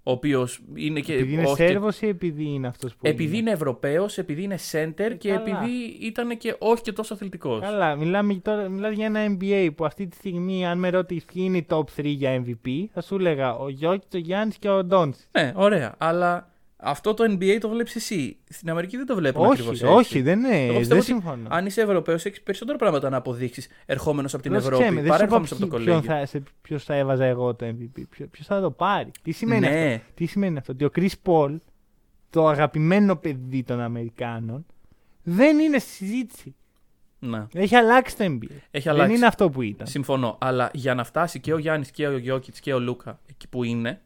D: ο οποίος είναι και...
C: επειδή είναι
D: Ε, όχι και-
C: Σέρβος ή επειδή είναι αυτός που.
D: επειδή είναι Ευρωπαίος, επειδή είναι center και
C: καλά.
D: επειδή ήταν και όχι και τόσο αθλητικός.
C: Καλά, μιλάμε τώρα μιλάς για ένα NBA που αυτή τη στιγμή, αν με ρώτησε ποιοι είναι οι top 3 για MVP, θα σου έλεγα ο Γιώκη, ο Γιάννης και ο Ντόντ.
D: Ναι, ωραία. Αλλά Αυτό το NBA το βλέπεις εσύ. Στην Αμερική δεν το βλέπουμε
C: όχι,
D: ακριβώς έτσι.
C: όχι, δεν είναι.
D: Εγώ πιστεύω
C: δεν
D: ότι
C: συμφωνώ.
D: Αν είσαι Ευρωπαίος, έχεις περισσότερα πράγματα να αποδείξεις ερχόμενος από την
C: Πρόσεξε με,
D: Ευρώπη
C: δεν
D: παρά
C: σου είπα
D: ερχόμενος από το
C: ποιοι-
D: κολέγιο.
C: ποιον θα, σε ποιος θα έβαζα εγώ το MVP. Ποιο θα το πάρει. Τι σημαίνει,
D: Ναι.
C: αυτό. Τι σημαίνει αυτό. Ότι ο Chris Paul, το αγαπημένο παιδί των Αμερικάνων, δεν είναι στη συζήτηση.
D: Να.
C: Έχει αλλάξει το NBA.
D: Έχει
C: δεν
D: αλλάξει.
C: είναι αυτό που ήταν.
D: Συμφωνώ. Αλλά για να φτάσει και ο Γιάννης και ο Γιώκητ και ο Λούκα εκεί που είναι,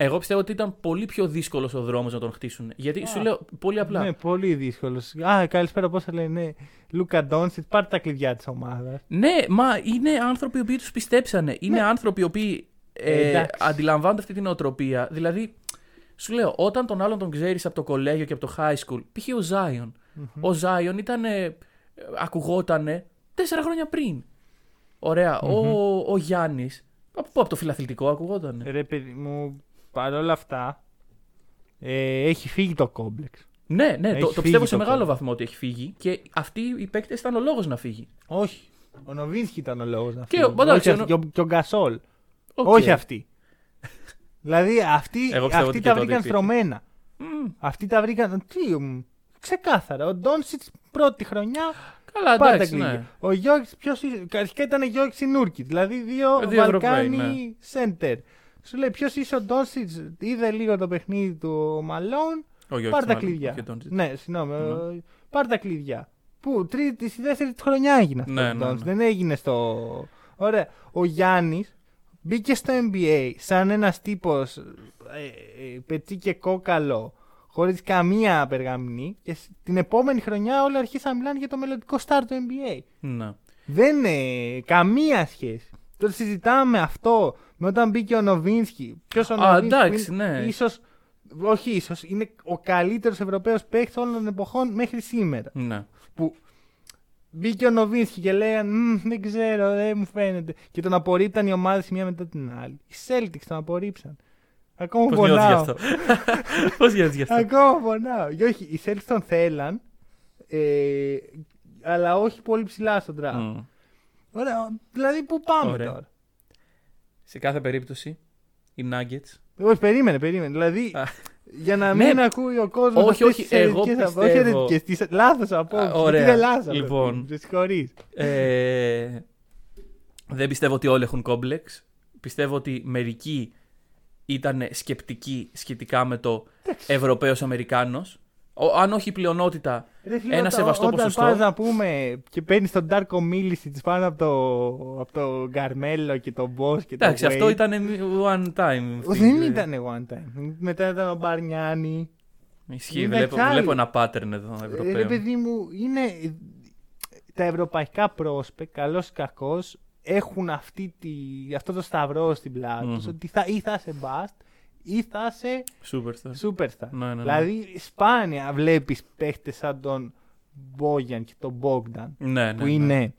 D: εγώ πιστεύω ότι ήταν πολύ πιο δύσκολος ο δρόμος να τον χτίσουν. Γιατί σου λέω πολύ απλά.
C: Ναι, πολύ δύσκολος. Α, καλησπέρα, πώς θα λένε. Λούκα Ντόνσιτ, πάρτε τα κλειδιά της ομάδας.
D: Ναι, μα είναι άνθρωποι οι οποίοι τους πιστέψανε. Είναι άνθρωποι οι οποίοι
C: Ε,
D: ε,
C: Ναι. εντάξει.
D: αντιλαμβάνονται αυτή την οτροπία. Δηλαδή, σου λέω, όταν τον άλλον τον ξέρεις από το κολέγιο και από το high school, π.χ. ο ζαιον Ο Ζάιον ήταν. ε, ε, ακουγότανε τέσσερα χρόνια πριν. Ωραία. Ο, ο Γιάννης. Από πού, από το φιλαθλητικό ακουγότανε.
C: Ρε παιδί μου, παρόλα αυτά, ε, έχει φύγει το κόμπλεξ.
D: ναι, ναι,
C: έχει
D: το, το
C: φύγει
D: πιστεύω
C: το
D: σε μεγάλο
C: κόμμα.
D: βαθμό ότι έχει φύγει και αυτοί οι παίκτες ήταν ο λόγος να φύγει.
C: Όχι. Ο Νοβίνσκι ήταν ο λόγος να
D: Και
C: φύγει.
D: ο- εντάξει,
C: Όχι αυτοί,
D: ο-
C: και ο- και ο Γκασόλ.
D: Οκ.
C: Όχι αυτοί. δηλαδή αυτοί,
D: Εγώ πιστεύω
C: αυτοί τα
D: ότι και τότε
C: βρήκαν
D: υπήρχε.
C: στρωμένα. Αυτοί τα βρήκαν. Τι, μ, ξεκάθαρα. Ο Ντόνσιτ πρώτη χρονιά
D: Καλά,
C: πάντα
D: εντάξει, ναι.
C: κλείνει. Ο Γιώργης, ποιος. Αρχικά ήταν Γιώργη Νούρκη. Δηλαδή δύο,
D: Ε, Δύο ναι. Ευρωπαίοι,
C: Βαλκάνοι center. Σου λέει ποιος είσαι ο Ντόνσιτ. Είδε λίγο το παιχνίδι του Μαλόν.
D: Ο Γιώκητς
C: Πάρ τα
D: μάλλον,
C: κλειδιά.
D: και τον-
C: Ναι, συγγνώμη. ο- Πάρ τα κλειδιά. Πού, τρίτη, στη δεύτερη της χρονιά έγινε αυτό.
D: Ναι,
C: ο
D: ναι,
C: Ντόνσιτς.
D: ναι.
C: Δεν έγινε στο. Ωραία. Ο Γιάννης μπήκε στο NBA σαν ένας τύπος ε, πετσί και κόκαλο, χωρίς καμία απεργαμηνή. Και σ- την επόμενη χρονιά όλοι αρχίσαν να μιλάνε για το μελλοντικό star του NBA.
D: Ναι.
C: Δεν είναι καμία σχέση. Το συζητάμε αυτό με όταν μπήκε ο Νοβίνσκι. Ποιος ο
D: Α,
C: Νοβίνσκι. που
D: εντάξει,
C: είναι
D: ναι.
C: Ίσως, όχι ίσως. Είναι ο καλύτερος Ευρωπαίος παίκτης όλων των εποχών μέχρι σήμερα.
D: ναι.
C: Που μπήκε ο Νοβίνσκι και λέγανε «Μμμ, Δεν ξέρω, δεν μου φαίνεται. Και τον απορρίπταν οι ομάδε η μία μετά την άλλη. Οι Celtics τον απορρίψαν. Ακόμα
D: Πώς νιώθεις γι'
C: πονάω.
D: αυτό. Πώς νιώθεις γι' αυτό.
C: Ακόμα πονάω. Και όχι, οι Celtics τον θέλαν. Ε, αλλά όχι πολύ ψηλά στον draft.
D: Μμ.
C: Ωραία, δηλαδή πού πάμε
D: Ωραία.
C: τώρα.
D: Σε κάθε περίπτωση, οι Nuggets.
C: Όχι, περίμενε, περίμενε. Δηλαδή,
D: Α.
C: για να
D: Ναι.
C: μην ακούει ο κόσμος.
D: Όχι, όχι, εγώ πιστεύω-
C: Λάθο απόψη.
D: ωραία.
C: Είναι λάθος.
D: Λοιπόν.
C: Με συγχωρεί.
D: Ε, δεν πιστεύω ότι όλοι έχουν κόμπλεξ. Πιστεύω ότι μερικοί ήταν σκεπτικοί σχετικά με το Ευρωπαίος Αμερικάνος. Ο- αν όχι η πλειονότητα, ένα σεβαστό
C: όταν
D: ποσοστό.
C: πας να πούμε και παίρνεις τον Τάρκο Μίληση τη πάνω από το, απ' το Γκαρμέλο και τον Μπό και
D: Εντάξει,
C: τον
D: αυτό
C: Wade.
D: ήταν one time.
C: Ο,
D: thing.
C: Δεν ήταν one time. Μετά ήταν ο Μπαρνιάνη.
D: Ισχύει,
C: Είναι
D: βλέπω,
C: κι άλλοι.
D: βλέπω ένα pattern εδώ
C: Ε, Ρε
D: Ευρωπαίων.
C: παιδί μου, είναι. Τα ευρωπαϊκά πρόσπε, καλός ή κακός, έχουν αυτή τη, αυτό το σταυρό στην πλάτη τους,
D: Μμμ.
C: Ότι θα, ή θα σε μπαστ ή θα σε
D: Superstar.
C: superstar.
D: Ναι, ναι, ναι.
C: Δηλαδή, σπάνια βλέπεις παίχτες σαν τον Μπόγιαν και τον Μπόγκταν
D: Ναι, ναι,
C: που
D: ναι.
C: είναι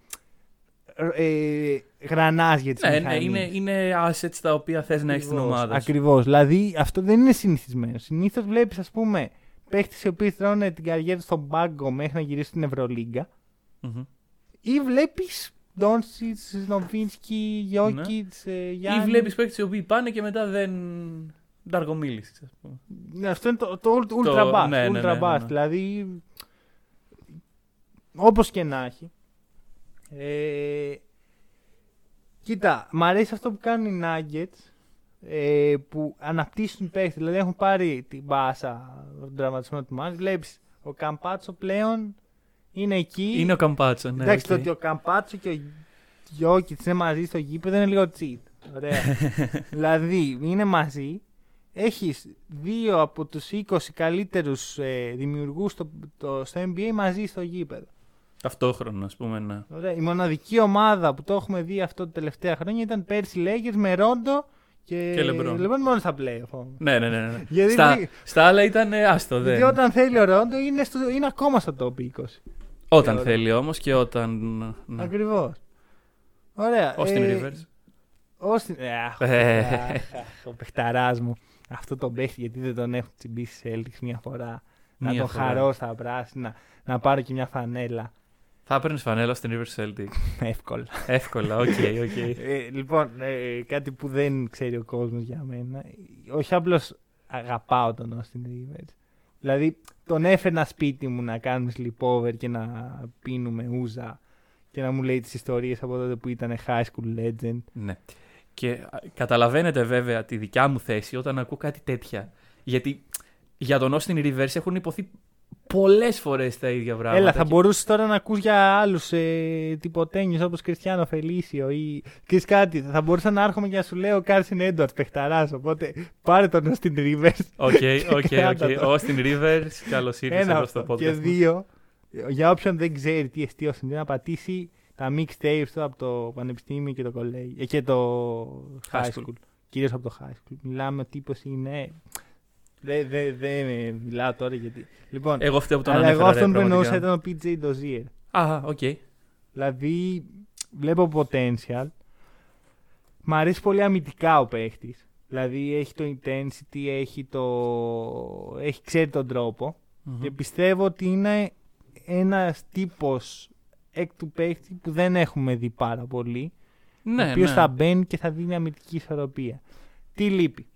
C: ε, γρανάζια τη
D: Ναι, ναι, είναι, είναι assets τα οποία θες να έχεις στην ομάδα σου.
C: Ακριβώς. Δηλαδή αυτό δεν είναι συνηθισμένο. Συνήθως βλέπεις, ας πούμε, παίχτες οι οποίοι τρώνε την καριέρα τους στον πάγκο μέχρι να γυρίσουν στην Ευρωλίγκα.
D: Μμμ.
C: Ή βλέπεις Ντόνσιτ, Νοβίνσκι, Γιώκητ, ε, Γιάννη.
D: Ή βλέπει παίκτε οι οποίοι πάνε και μετά δεν. Νταργομίλησε, ας πούμε.
C: Ναι, αυτό είναι το, το, ult- ultra bass.
D: ναι, ναι, ναι,
C: ultra
D: ναι, ναι.
C: bass, Δηλαδή. Όπως και να έχει. Ε, κοίτα, μ' αρέσει αυτό που κάνουν οι Nuggets ε, που αναπτύσσουν παίχτε. Δηλαδή έχουν πάρει την μπάσα, τον τραυματισμό του Μάρτ. Βλέπεις ο Καμπάτσο πλέον είναι εκεί.
D: Είναι ο Καμπάτσο, ναι.
C: Εντάξει,
D: οκ.
C: το ότι ο Καμπάτσο και ο Γιώκητ είναι μαζί στο γήπεδο είναι λίγο τσιτ. Ωραία. δηλαδή, είναι μαζί. Έχεις δύο από τους 20 καλύτερους ε, δημιουργούς στο, το- στο NBA μαζί στο γήπεδο.
D: Ταυτόχρονα, ας πούμε. Ναι.
C: Ωραία. Η μοναδική ομάδα που το έχουμε δει αυτό τα τελευταία χρόνια ήταν πέρσι Lakers με Ρόντο και,
D: Και LeBron.
C: LeBron μόνος στα playoff. όμως.
D: Ναι, ναι, ναι. ναι.
C: Γιατί
D: στα,
C: μη-
D: στα άλλα ήταν ε, άστο, δεν.
C: Γιατί όταν θέλει ο Ρόντο είναι, στο, είναι ακόμα στο top 20.
D: Όταν
C: Ωραία.
D: θέλει όμως και όταν. ναι.
C: Ακριβώς. Ωραία.
D: Austin
C: ε,
D: Rivers.
C: Όστι... Ε, αχ,
D: Ε.
C: αχ, αχ, ο παιχταράς μου. Αυτό τον παίχτη γιατί δεν τον έχω τσιμπήσει σε Celtics μια φορά. Να
D: Μία
C: τον
D: φορά.
C: χαρώ στα πράσινα, να πάρω και μια φανέλα.
D: Θα έπαιρνες φανέλα στην River Celtic.
C: Εύκολα.
D: Εύκολα, οκ, οκ.
C: Ε, λοιπόν, ε, κάτι που δεν ξέρει ο κόσμος για μένα. Όχι απλώς αγαπάω τον Austin Rivers. Δηλαδή, τον έφερνα σπίτι μου να κάνουμε sleepover και να πίνουμε ούζα και να μου λέει τις ιστορίες από τότε που ήταν high school legend.
D: Ναι. Και α, καταλαβαίνετε βέβαια τη δικιά μου θέση όταν ακούω κάτι τέτοια. Γιατί για τον Austin Rivers έχουν υποθεί πολλές φορές τα ίδια πράγματα.
C: Έλα, θα
D: Και-
C: μπορούσες τώρα να ακούς για άλλους ε, τυποτένιους όπως Κριστιανό Φελίσιο ή. Ξέρεις κάτι, θα μπορούσα να έρχομαι και να σου λέω Κάρσιν Έντουαρτ παιχταράς. Οπότε πάρε τον Austin Rivers.
D: Οκ, οκ,
C: κράτα
D: οκ.
C: το.
D: Austin Rivers, καλώς ήρθατε
C: Ένα
D: εδώ στο
C: αυτό. Και
D: podcast. μας.
C: δύο, για όποιον δεν ξέρει τι εστίω είναι, να πατήσει τα mixtapes του από το πανεπιστήμιο και το κολέγιο. Και το
D: High
C: high
D: school.
C: school. Κυρίως από το high school. Μιλάμε, ο τύπος είναι. Δεν δε, δε, μιλάω τώρα γιατί. Λοιπόν,
D: Εγώ φταίω που τον
C: αλλά εγώ
D: ανέφερα. ρε,
C: αυτόν που εννοούσα
D: πραγματικά.
C: ήταν ο PJ Dozier.
D: Α, οκ.
C: Δηλαδή, βλέπω potential. Μ' αρέσει πολύ αμυντικά ο παίχτης. Δηλαδή, έχει το intensity, έχει το... Έχει, ξέρει τον τροπο
D: Μμμ.
C: Και πιστεύω ότι είναι ένας τύπος εκ του παίχτη που δεν έχουμε δει πάρα πολύ. ο
D: Ναι,
C: οποίος
D: ναι.
C: θα μπαίνει και θα δίνει αμυντική ισορροπία. Τι λείπει.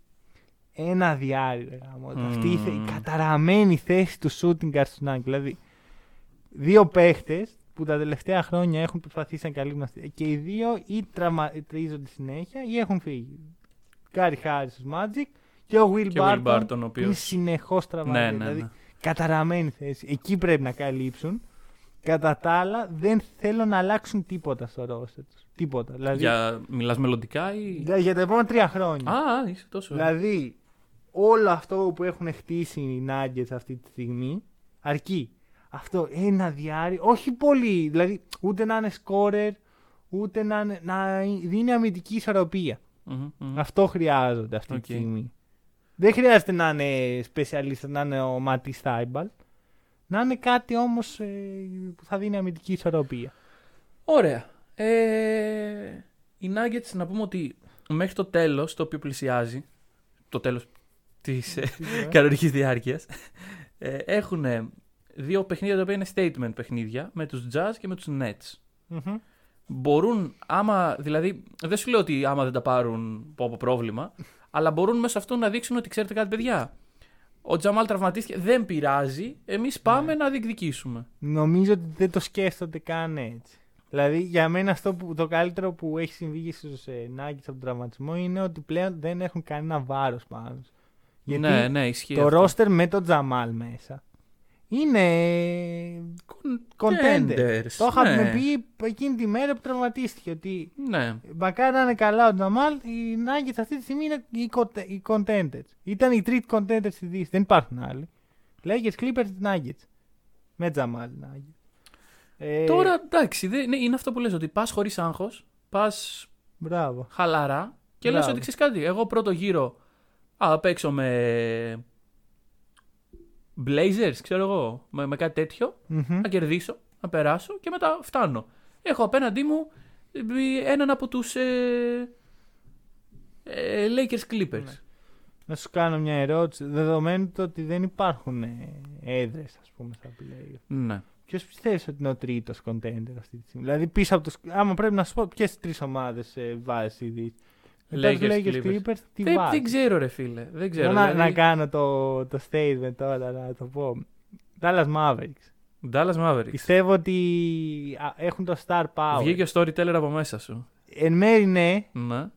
C: Ένα διάρρη. ρε γαμώτα.
D: Μμμ.
C: Αυτή η, θε- η καταραμένη θέση του shooting guard στον Άγγλ. Δηλαδή, δύο παίχτες που τα τελευταία χρόνια έχουν προσπαθήσει να καλύπτουν αυτή. Και οι δύο ή τραυματίζονται συνέχεια ή έχουν φύγει. Κάρι Χάρι στου Magic και ο Will
D: Και ο Will
C: Barton,
D: Barton, ο
C: που
D: οποίος-
C: είναι συνεχώ
D: Ναι,
C: τραυματισμένο.
D: ναι, ναι.
C: Δηλαδή, καταραμένη θέση. Εκεί πρέπει να καλύψουν. Κατά τα άλλα, δεν θέλω να αλλάξουν τίποτα στο ρόστερ τους. Τίποτα. Δηλαδή,
D: Για... Μιλάς μελλοντικά ή...
C: για, για τα επόμενα τρία χρόνια.
D: Α, είσαι τόσο...
C: Δηλαδή, όλο αυτό που έχουν χτίσει οι Nuggets αυτή τη στιγμή αρκεί. Αυτό ένα διάρρη, όχι πολύ. Δηλαδή, ούτε να είναι scorer, ούτε να, είναι- να δίνει αμυντική ισορροπία.
D: Μμμ, μμμ.
C: Αυτό χρειάζονται αυτή
D: Οκ.
C: τη στιγμή. Δεν χρειάζεται να είναι σπεσιαλίστα, να είναι ο Ματής Θάιμπαλ. Να είναι κάτι όμως που θα δίνει αμυντική ισορροπία.
D: Ωραία. Ε, οι Nuggets να πούμε ότι μέχρι το τέλος, το οποίο πλησιάζει, το τέλος της ε, κανονικής διάρκειας, ε, έχουν ε, δύο παιχνίδια τα οποία είναι statement παιχνίδια, με τους Jazz και με τους Nets.
C: Μμμ.
D: Μπορούν, άμα, δηλαδή, δεν σου λέω ότι άμα δεν τα πάρουν από πρόβλημα, αλλά μπορούν μέσα αυτό να δείξουν ότι ξέρετε κάτι, παιδιά. Ο Τζαμάλ τραυματίστηκε, δεν πειράζει, εμείς πάμε
C: Ναι.
D: να διεκδικήσουμε.
C: Νομίζω ότι δεν το σκέφτονται καν έτσι. Δηλαδή, για μένα αυτό που, το καλύτερο που έχει συμβεί στους ε, Nuggets από τον τραυματισμό είναι ότι πλέον δεν έχουν κανένα βάρος πάνω τους. Γιατί
D: ναι, ναι, ισχύει
C: το
D: αυτό.
C: ρόστερ με τον Τζαμάλ μέσα είναι ε, contender.
D: Contenders,
C: Το είχαμε
D: ναι.
C: πει εκείνη τη μέρα που τραυματίστηκε ότι
D: Ναι.
C: μακάρι να είναι καλά ο Τζαμάλ, οι Nuggets αυτή τη στιγμή είναι οι, κοντε- οι contenders. Ήταν οι τρίτη contenders στη Δύση, δεν υπάρχουν άλλοι. Lakers, Clippers, Nuggets. Με Τζαμάλ, Nuggets. Ε,
D: Τώρα εντάξει, δεν- ναι, είναι αυτό που λες ότι πας χωρίς άγχος, πας
C: Μπράβο.
D: χαλαρά και λες
C: Μπράβο.
D: ότι ξέρεις κάτι. Εγώ πρώτο γύρο α, θα παίξω με Blazers, ξέρω εγώ, με, με κάτι τέτοιο,
C: Μμμ.
D: να κερδίσω, να περάσω και μετά φτάνω. Έχω απέναντί μου ε, έναν από τους ε, ε, Lakers Clippers.
C: Ναι. Να σου κάνω μια ερώτηση. Δεδομένου το ότι δεν υπάρχουν έδρες, ας πούμε, στα playoff.
D: Ναι.
C: Ποιος πιστεύεις ότι είναι ο τρίτος contender αυτή τη στιγμή. Δηλαδή, πίσω από του. Άμα πρέπει να σου πω ποιες τρεις ομάδες ε, βάζεις ήδη. Μετά του
D: Lakers,
C: Lakers
D: Clippers.
C: Clippers, τι
D: Δεν, δεν
C: βάζει.
D: ξέρω ρε φίλε, δεν ξέρω.
C: να,
D: δηλαδή,
C: να κάνω το, το statement τώρα, να το πω. Dallas Mavericks.
D: Dallas Mavericks.
C: Πιστεύω ότι α, έχουν το star power.
D: Βγήκε ο storyteller από μέσα σου.
C: Εν μέρη ναι,
D: Ναι.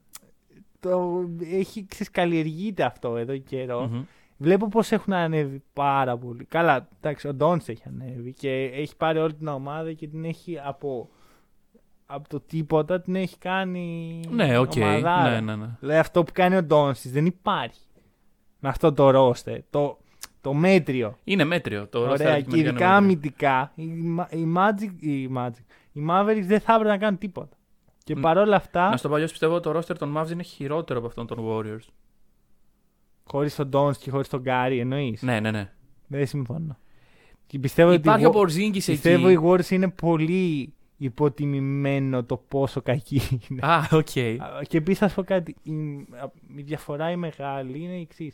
C: το, έχει ξεκαλλιεργείται αυτό εδώ και καιρό.
D: Μμμ.
C: Βλέπω πώς έχουν ανέβει πάρα πολύ. Καλά, εντάξει, ο Ντόντς έχει ανέβει και έχει πάρει όλη την ομάδα και την έχει από, από το τίποτα την έχει κάνει.
D: Ναι, οκ.
C: ομαδάρα.
D: Ναι, ναι, ναι.
C: Δηλαδή αυτό που κάνει ο Ντόντς δεν υπάρχει. Με αυτό το ρόστερ, το, το μέτριο.
D: Είναι μέτριο το roster
C: Ωραία, και
D: αντικειμενικά
C: ειδικά
D: είναι μέτριο.
C: αμυντικά, οι, Μα- οι, Magic, οι, Magic, οι Mavericks δεν θα έπρεπε να κάνουν τίποτα. Και
D: Μ.
C: παρόλα αυτά,
D: Να στο παλιό πιστεύω το roster των Mavs είναι χειρότερο από αυτόν των Warriors.
C: χωρίς τον Ντόντς και χωρίς τον Γκάρι, εννοείς.
D: Ναι, ναι, ναι.
C: Δεν συμφωνώ. Και πιστεύω ότι.
D: Υπάρχει
C: οι
D: ο
C: Wa-
D: Porzingis
C: Πιστεύω
D: εκεί.
C: οι Warriors είναι πολύ υποτιμημένο το πόσο κακοί είναι.
D: Α, οκ.
C: Α, Και επίσης θα σου πω κάτι. Η, α, η διαφορά η μεγάλη είναι η εξής.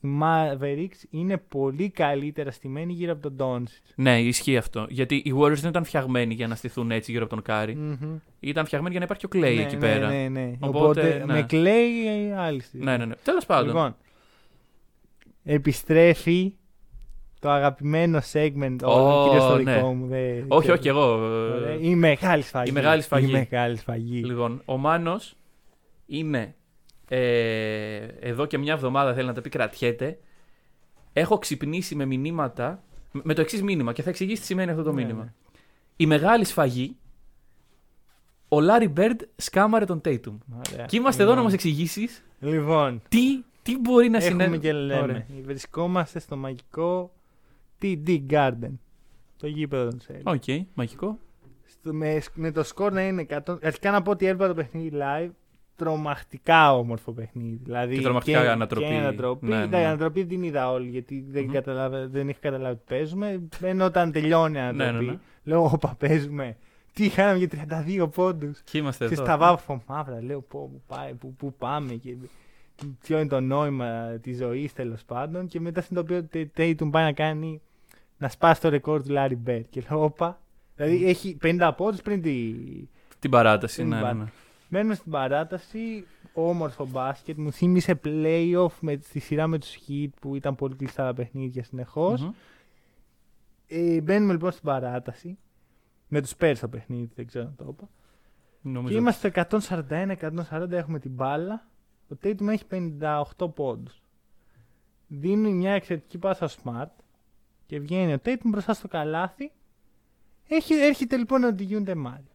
C: Οι Mavericks είναι πολύ καλύτερα στημένοι γύρω από τον Doncic.
D: Ναι, ισχύει αυτό. Γιατί οι Warriors δεν ήταν φτιαγμένοι για να στηθούν έτσι γύρω από τον Κάρι. Ήταν φτιαγμένοι για να υπάρχει και ο Clay
C: ναι,
D: εκεί
C: ναι,
D: πέρα.
C: Ναι, ναι.
D: Οπότε,
C: Οπότε,
D: ναι.
C: με κλαίει άλλη στιγμή.
D: Ναι, ναι, ναι. Τέλος πάντων.
C: Λοιπόν, Επιστρέφει το αγαπημένο segment
D: Ω,
C: όλων, κυρίως το
D: ναι.
C: δικό μου. δεν
D: Όχι,
C: ξέρω.
D: όχι, εγώ. ε,
C: Ωραία. Η μεγάλη σφαγή.
D: Η μεγάλη σφαγή.
C: Η μεγάλη σφαγή.
D: Λοιπόν, ο Μάνος είναι. Ε, εδώ και μια εβδομάδα θέλει να τα πει, κρατιέται. Έχω ξυπνήσει με μηνύματα. Με το εξής μήνυμα και θα εξηγήσει τι σημαίνει αυτό το μήνυμα.
C: ναι.
D: Η μεγάλη σφαγή. Ο Λάρι Μπέρντ σκάμαρε τον Τέιτουμ.
C: Ωραία.
D: Και είμαστε εδώ να μας εξηγήσεις
C: Λοιπόν,
D: τι, τι μπορεί να
C: Ναι. έχουμε
D: συνέβη.
C: και λέμε.
D: Ωραία.
C: Βρισκόμαστε στο μαγικό TD Garden. Το γήπεδο των Celtics.
D: Οκ, μαγικό.
C: Στο- με, με το σκορ να είναι 100. Αρχικά να πω ότι έλπα το παιχνίδι live. Τρομακτικά όμορφο παιχνίδι. Δηλαδή,
D: Και τρομακτικά ανατροπή.
C: Και ανατροπή.
D: Ναι, ναι,
C: Εντάξει,
D: ναι.
C: ανατροπή την είδα όλοι γιατί δεν,
D: Μμμ.
C: καταλάβα- δεν είχα καταλάβει τι παίζουμε. Ενώ όταν τελειώνει η
D: ναι,
C: ανατροπή,
D: ναι.
C: λέω: Όπα, παίζουμε. Τι είχαμε για 32 πόντους.
D: Και είμαστε
C: Και
D: εδώ.
C: στα βάφω μαύρα, λέω πω, που, πάει, που, που πάμε και ποιο είναι το νόημα της ζωής τέλος πάντων. Και μετά συνειδητοποιώ ότι Τέιτουμ πάει να κάνει να σπάσει το ρεκόρ του Λάρι Μπέρ. Και λέω, όπα. Δηλαδή έχει 50 πόντους πριν τη.
D: Την παράταση.
C: Την
D: ναι, ναι, ναι.
C: παρά- Μένουμε στην παράταση. Όμορφο μπάσκετ. Μου θύμισε playoff με, στη σειρά με τους Χιτ που ήταν πολύ κλειστά τα παιχνίδια συνεχώς.
D: Μμμ.
C: Ε, μπαίνουμε λοιπόν στην παράταση. Με τους Πέρ το παιχνίδι, δεν ξέρω να το είπα. Και
D: Νομίζω.
C: είμαστε στο 141-140, έχουμε την μπάλα. Ο Tatum έχει 58 πόντους. Δίνει μια εξαιρετική πάσα στο Smart και βγαίνει ο Tatum μπροστά στο καλάθι. Έχει, έρχεται λοιπόν ο Ντιγιούντε Μάρι.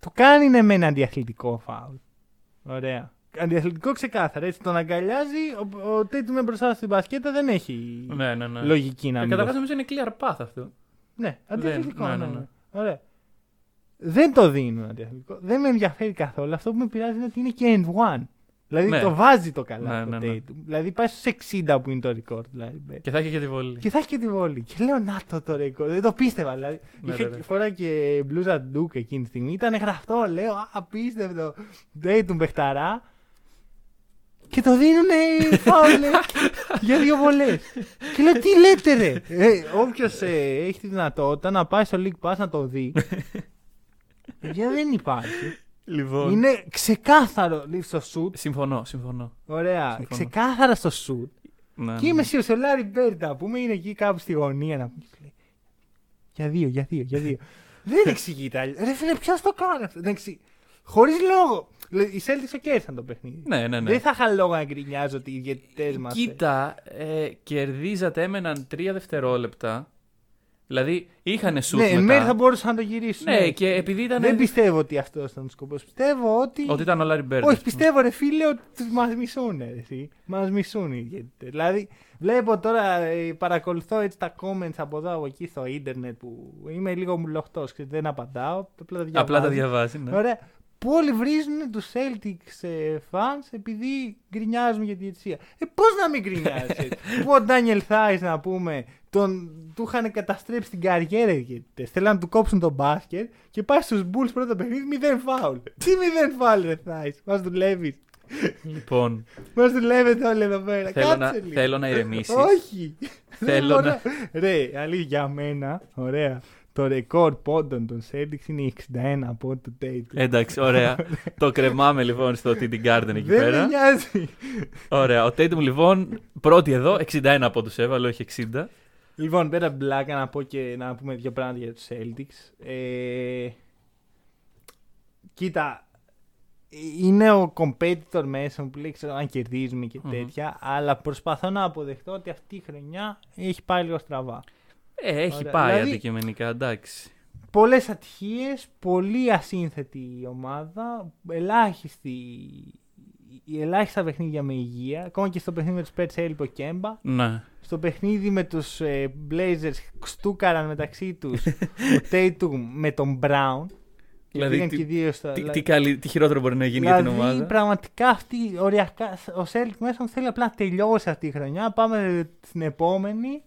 C: Το κάνει ναι με ένα αντιαθλητικό φάουλ. Ωραία. Αντιαθλητικό ξεκάθαρα. Έτσι τον αγκαλιάζει. Ο, ο Tatum μπροστά στην μπασκέτα δεν έχει
D: Ναι, ναι, ναι.
C: λογική να
D: Ε,
C: μην το
D: Καταρχάς νομίζω είναι clear path αυτό.
C: ναι, αντιαθλητικό.
D: ναι,
C: Ναι,
D: ναι,
C: ναι,
D: ναι.
C: Ωραία. Δεν το δίνουν αντιαθλητικό. Δεν με ενδιαφέρει καθόλου. Αυτό που με πειράζει είναι ότι είναι και end one. Δηλαδή
D: Ναι.
C: το βάζει το καλά
D: Ναι,
C: το
D: ναι, ναι.
C: Tatum. Δηλαδή πάει στους 60 που είναι το record. Δηλαδή.
D: Και θα έχει και τη βολή.
C: Και θα έχει και τη βολή. Και λέω να το το record. Δεν το πίστευα. Δηλαδή.
D: Ναι,
C: Είχε
D: ναι, ναι.
C: φορά και μπλούζα ντουκ εκείνη τη στιγμή. Ήταν γραφτό. Λέω «Α, απίστευτο. Tatum παιχταρά. Και το δίνουν φάουλε για δύο βολές. και λέω, τι λέτε ρε. ε, Όποιος έχει τη δυνατότητα να πάει στο League Pass να το δει. Παιδιά δεν υπάρχει.
D: Λοιπόν.
C: Είναι ξεκάθαρο στο shoot.
D: Συμφωνώ, συμφωνώ.
C: Ωραία.
D: Συμφωνώ.
C: Ξεκάθαρα στο shoot.
D: Ναι,
C: Και
D: ναι.
C: είμαι σίγουρος, ο Λάρι Μπέρντ να πούμε είναι εκεί κάπου στη γωνία να πούμε. λέει, Για δύο, για δύο, για δύο. Δεν εξηγείται αλλιώ. Ρε φίλε, ποιος το κάνει αυτό. Χωρίς λόγο. Δηλαδή, Οι Celtics το κέρδισαν το παιχνίδι.
D: Ναι, ναι, ναι.
C: Δεν θα είχα λόγο να γκρινιάζω ότι οι διαιτητές μας.
D: Κοίτα, ε, κερδίζατε, έμεναν τρία δευτερόλεπτα. Δηλαδή είχαν σουτ
C: Ναι, εν μέρει
D: μετά.
C: θα μπορούσαν να το γυρίσουν.
D: Ναι, και επειδή ήταν.
C: Δεν πιστεύω ότι αυτό ήταν ο σκοπός. Πιστεύω ότι.
D: Ότι ήταν ο Λάρι Μπέρντ.
C: Όχι, πιστεύω ρε φίλε ότι μα μισούν. Μα μισούν οι διαιτητέ. Δηλαδή, βλέπω τώρα, ε, παρακολουθώ έτσι τα comments από εδώ από εκεί στο ίντερνετ που είμαι λίγο μουλοχτός και δεν απαντάω. Απλά τα διαβάζω.
D: Απλά τα διαβάζεις. Ναι.
C: Ωραία. Που όλοι βρίζουν τους Celtics ε, fans επειδή γκρινιάζουν για τη διαιτησία. Ε, πώς να μην γκρινιάζει. που ο Ντάνιελ Θάις, να πούμε, τον, του είχαν καταστρέψει την καριέρα οι διαιτητέ. Θέλαν να του κόψουν τον μπάσκετ και πάει στους Bulls πρώτο παιχνίδι, μηδέν φάουλ. Τι μηδέν φάουλ, ρε Θάις. Μας δουλεύεις.
D: Λοιπόν,
C: Μας δουλεύετε όλοι εδώ πέρα.
D: θέλω να,
C: Κάτσε λίγο.
D: θέλω να ηρεμήσεις.
C: Όχι. Δεν
D: Θέλω
C: μπορώ.
D: να-
C: Ρε, αλήθεια για μένα, ωραία. Το ρεκόρ πόντων των Celtics είναι 61 πόντων του Tatum.
D: Εντάξει, ωραία. το κρεμάμε λοιπόν στο TD Garden εκεί
C: Δεν με
D: πέρα.
C: νοιάζει.
D: Ωραία. Ο Tatum λοιπόν πρώτη εδώ, 61 από τους έβαλε, όχι 60.
C: Λοιπόν, πέρα από την πλάκα να πω και να πούμε δύο πράγματα για τους Celtics. Ε, κοίτα, είναι ο competitor μέσα μου που λέει ξέρω αν κερδίζουμε και
D: Μμμ.
C: τετοια αλλά προσπαθώ να αποδεχτώ ότι αυτή η χρονιά έχει πάει λίγο στραβά.
D: Ε, έχει
C: Ωραία.
D: πάει
C: Δηλαδή-
D: αντικειμενικά, εντάξει.
C: Πολλές ατυχίες, πολύ ασύνθετη η ομάδα, ελάχιστη, η- ελάχιστα παιχνίδια με υγεία. Ακόμα και στο παιχνίδι με τους Πέρτς έλειπε ο Κέμπα.
D: Ναι.
C: στο παιχνίδι με τους ε, Blazers στούκαραν μεταξύ τους ο Tatum με τον Brown.
D: Δηλαδή,
C: Πήγαν
D: τι-
C: και οι δύο στα...
D: Τι,
C: λα-
D: τι, καλύ- τι χειρότερο μπορεί να γίνει
C: δηλαδή,
D: για την ομάδα.
C: πραγματικά αυτή, οριακά, ο Σέλικ μέσα μου θέλει απλά να τελειώσει αυτή η χρονιά. Πάμε στην επόμενη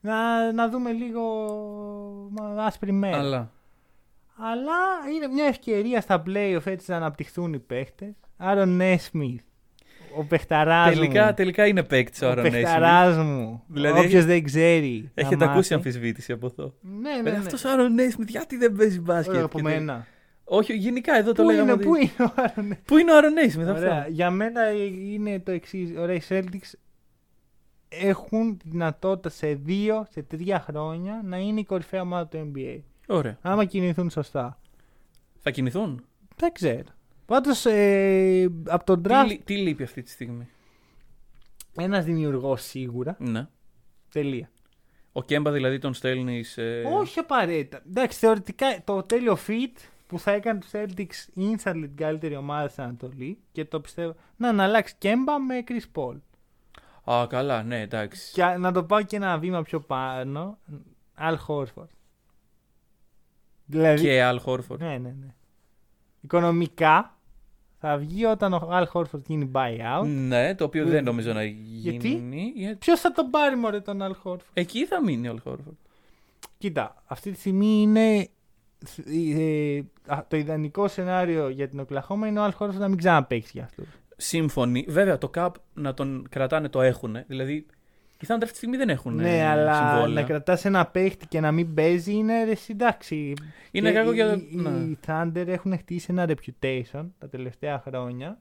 C: να, να δούμε λίγο μα, άσπρη μέρα.
D: Αλλά.
C: Αλλά είναι μια ευκαιρία στα playoff έτσι να αναπτυχθούν οι παίχτες. Άρον Νέσμιθ, ο παιχταράς
D: Τελικά,
C: μου.
D: τελικά είναι παίκτης ο
C: ο
D: Άρον Νέσμιθ.
C: παιχταράς μου.
D: Δηλαδή,
C: Όποιος
D: έχετε-
C: δεν ξέρει. να
D: Έχετε ακούσει
C: μάθει.
D: αμφισβήτηση από εδώ.
C: Ναι, ναι,
D: Ε,
C: ναι.
D: Αυτός ο Άρον Νέσμιθ, γιατί δεν παίζει μπάσκετ.
C: Ωραία, από
D: Και δεν-
C: μένα.
D: Όχι, γενικά εδώ το
C: Πού είναι,
D: λέγαμε. ότι-
C: πού είναι ναι. ο Άρον
D: Πού είναι ο Άρον Νέσμιθ αυτό.
C: Ωραία. Για μένα ε, είναι το εξής. Ωραία, οι Celtics έχουν τη δυνατότητα σε δύο, σε τρία χρόνια να είναι η κορυφαία ομάδα του NBA.
D: Ωραία.
C: Άμα κινηθούν σωστά.
D: Θα κινηθούν.
C: Δεν ξέρω. Πάντως ε, από τον
D: Τι,
C: draft
D: λει- τι λείπει αυτή τη στιγμή.
C: ένας δημιουργός σίγουρα.
D: Ναι.
C: Τελεία.
D: Ο Κέμπα δηλαδή τον στέλνει. Ε...
C: Όχι απαραίτητα. Εντάξει, θεωρητικά το τέλειο fit που θα έκανε του Celtics instantly την καλύτερη ομάδα στην Ανατολή και το πιστεύω. Να, να αλλάξει Κέμπα με Chris Paul.
D: Α, καλά, ναι, εντάξει.
C: Και α- να το πάω και ένα βήμα πιο πάνω. Al Horford. Δηλαδή.
D: Και Αλ Χόρφορντ.
C: Ναι, ναι, ναι. Οικονομικά θα βγει όταν ο Al Horford γίνει buyout.
D: Ναι, το οποίο δεν
C: Γιατί?
D: νομίζω να γίνει. γιατί-
C: Ποιος θα τον πάρει μωρέ τον Al Horford.
D: Εκεί θα μείνει ο Αλ Χόρφορντ.
C: Κοίτα, αυτή τη στιγμή είναι. ε, α, το ιδανικό σενάριο για την Οκλαχώμα είναι ο Al Horford να μην ξαναπέξει για αυτό.
D: Σύμφωνοι. Βέβαια, το ΚΑΠ να τον κρατάνε το έχουν. Δηλαδή, οι Thunder αυτή τη στιγμή δεν έχουν
C: Ναι,
D: ε,
C: αλλά να
D: συμβόλαια.
C: κρατάς ένα παίχτη και να μην παίζει είναι ρε, συντάξει.
D: Είναι
C: Και
D: κακό
C: οι-
D: για το-
C: Οι,
D: ναι.
C: οι Thunder έχουν χτίσει ένα reputation τα τελευταία χρόνια.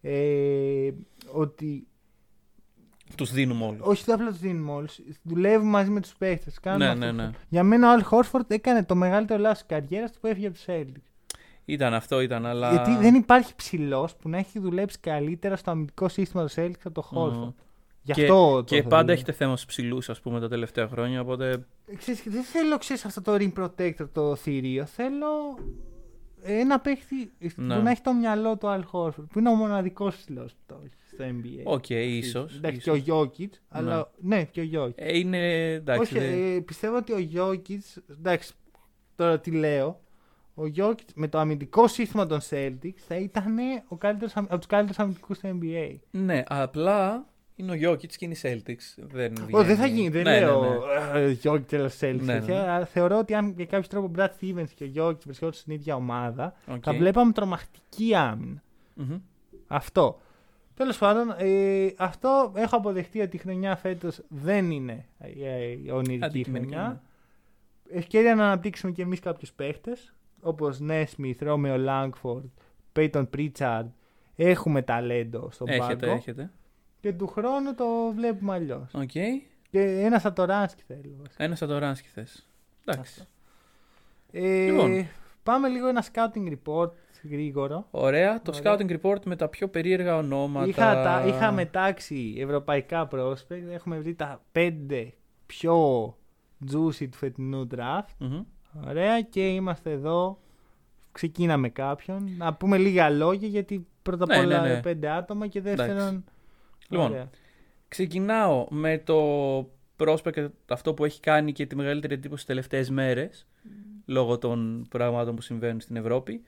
C: Ε, ότι
D: Τους δίνουμε όλους.
C: όχι απλά τους δίνουμε όλους. Δουλεύουμε μαζί με τους παίχτες.
D: Ναι, ναι, ναι.
C: Για μένα ο Al Horford έκανε το μεγαλύτερο λάθος της καριέρας του που έφυγε από τους Celtics.
D: Ήταν αυτό, ήταν, αλλά...
C: Γιατί δεν υπάρχει ψηλός που να έχει δουλέψει καλύτερα στο αμυντικό σύστημα του Celtics από το Χόρφορντ.
D: Μμμ.
C: Γι'
D: Και-
C: αυτό το
D: Και
C: θέλω.
D: πάντα έχετε θέμα στους ψηλούς, ας πούμε, τα τελευταία χρόνια, οπότε...
C: Ξέρεις, δεν θέλω ξέρεις, αυτό το ring protector το θηρίο. Θέλω ένα παίχτη
D: Ναι.
C: που να έχει το μυαλό του Al Horford, που είναι ο μοναδικός ψηλός που το έχει στο NBA.
D: Οκ, ίσως.
C: Ε, Εντάξει,
D: ίσως.
C: και ο Jokic, αλλά. Ναι, και ο Jokic.
D: Ε, είναι... Εντάξει,
C: Όχι,
D: δεν-
C: ε, πιστεύω ότι ο Γιώκητ. Εντάξει, τώρα τι λέω. Ο Γιώκητ με το αμυντικό σύστημα των Celtics θα ήταν ο καλύτερος, αμυ- από τους καλύτερους αμυντικούς του NBA.
D: Ναι, απλά είναι ο Γιώκητς και είναι οι Celtics. Δεν,
C: Ω, δεν
D: βγαίνει.
C: θα γίνει, δεν
D: Ναι,
C: λέω ε,
D: ναι, ναι.
C: Γιώκητ τέλο Celtics.
D: Ναι, ναι.
C: τέτοια, αλλά Θεωρώ ότι αν για κάποιο τρόπο ο Brad Stevens και ο Γιώκητ βρισκόντουσαν στην ίδια ομάδα,
D: Οκ.
C: θα βλέπαμε τρομακτική άμυνα.
D: Μμμ.
C: Αυτό. Τέλος πάντων, ε, αυτό έχω αποδεχτεί ότι η χρονιά φέτος δεν είναι ε, ε, ονειρική
D: Αντικειμενικά,
C: χρονιά.
D: ναι.
C: ευκαιρία να αναπτύξουμε και εμείς κάποιους παίχτες όπως Νέσμιθ, Ρόμεο Λάγκφορντ, Πέιτον Πρίτσαρντ. Έχουμε ταλέντο στον
D: Έχετε,
C: πάγκο.
D: έχετε.
C: Και του χρόνου το βλέπουμε αλλιώς.
D: Οκ.
C: Και ένα από το Ράνσκι θέλω. βασικά.
D: Ένα θα το ράνσκι θες. Εντάξει.
C: Ε,
D: Λοιπόν.
C: Πάμε λίγο ένα scouting report γρήγορο.
D: Ωραία. Το
C: Ωραία.
D: scouting report με τα πιο περίεργα ονόματα.
C: Είχα, τα, είχα μετάξει ευρωπαϊκά prospect. Έχουμε βρει τα πέντε πιο juicy του φετινού draft.
D: Μμμ.
C: Ωραία και είμαστε εδώ. Ξεκίναμε κάποιον. Να πούμε λίγα λόγια γιατί πρώτα απ'
D: Ναι,
C: όλα
D: ναι, ναι.
C: πέντε άτομα και δεύτερον.
D: Λοιπόν,
C: Ωραία.
D: Ξεκινάω με το prospect αυτό που έχει κάνει και τη μεγαλύτερη εντύπωση τις τελευταίες μέρες λόγω των πραγμάτων που συμβαίνουν στην Ευρώπη.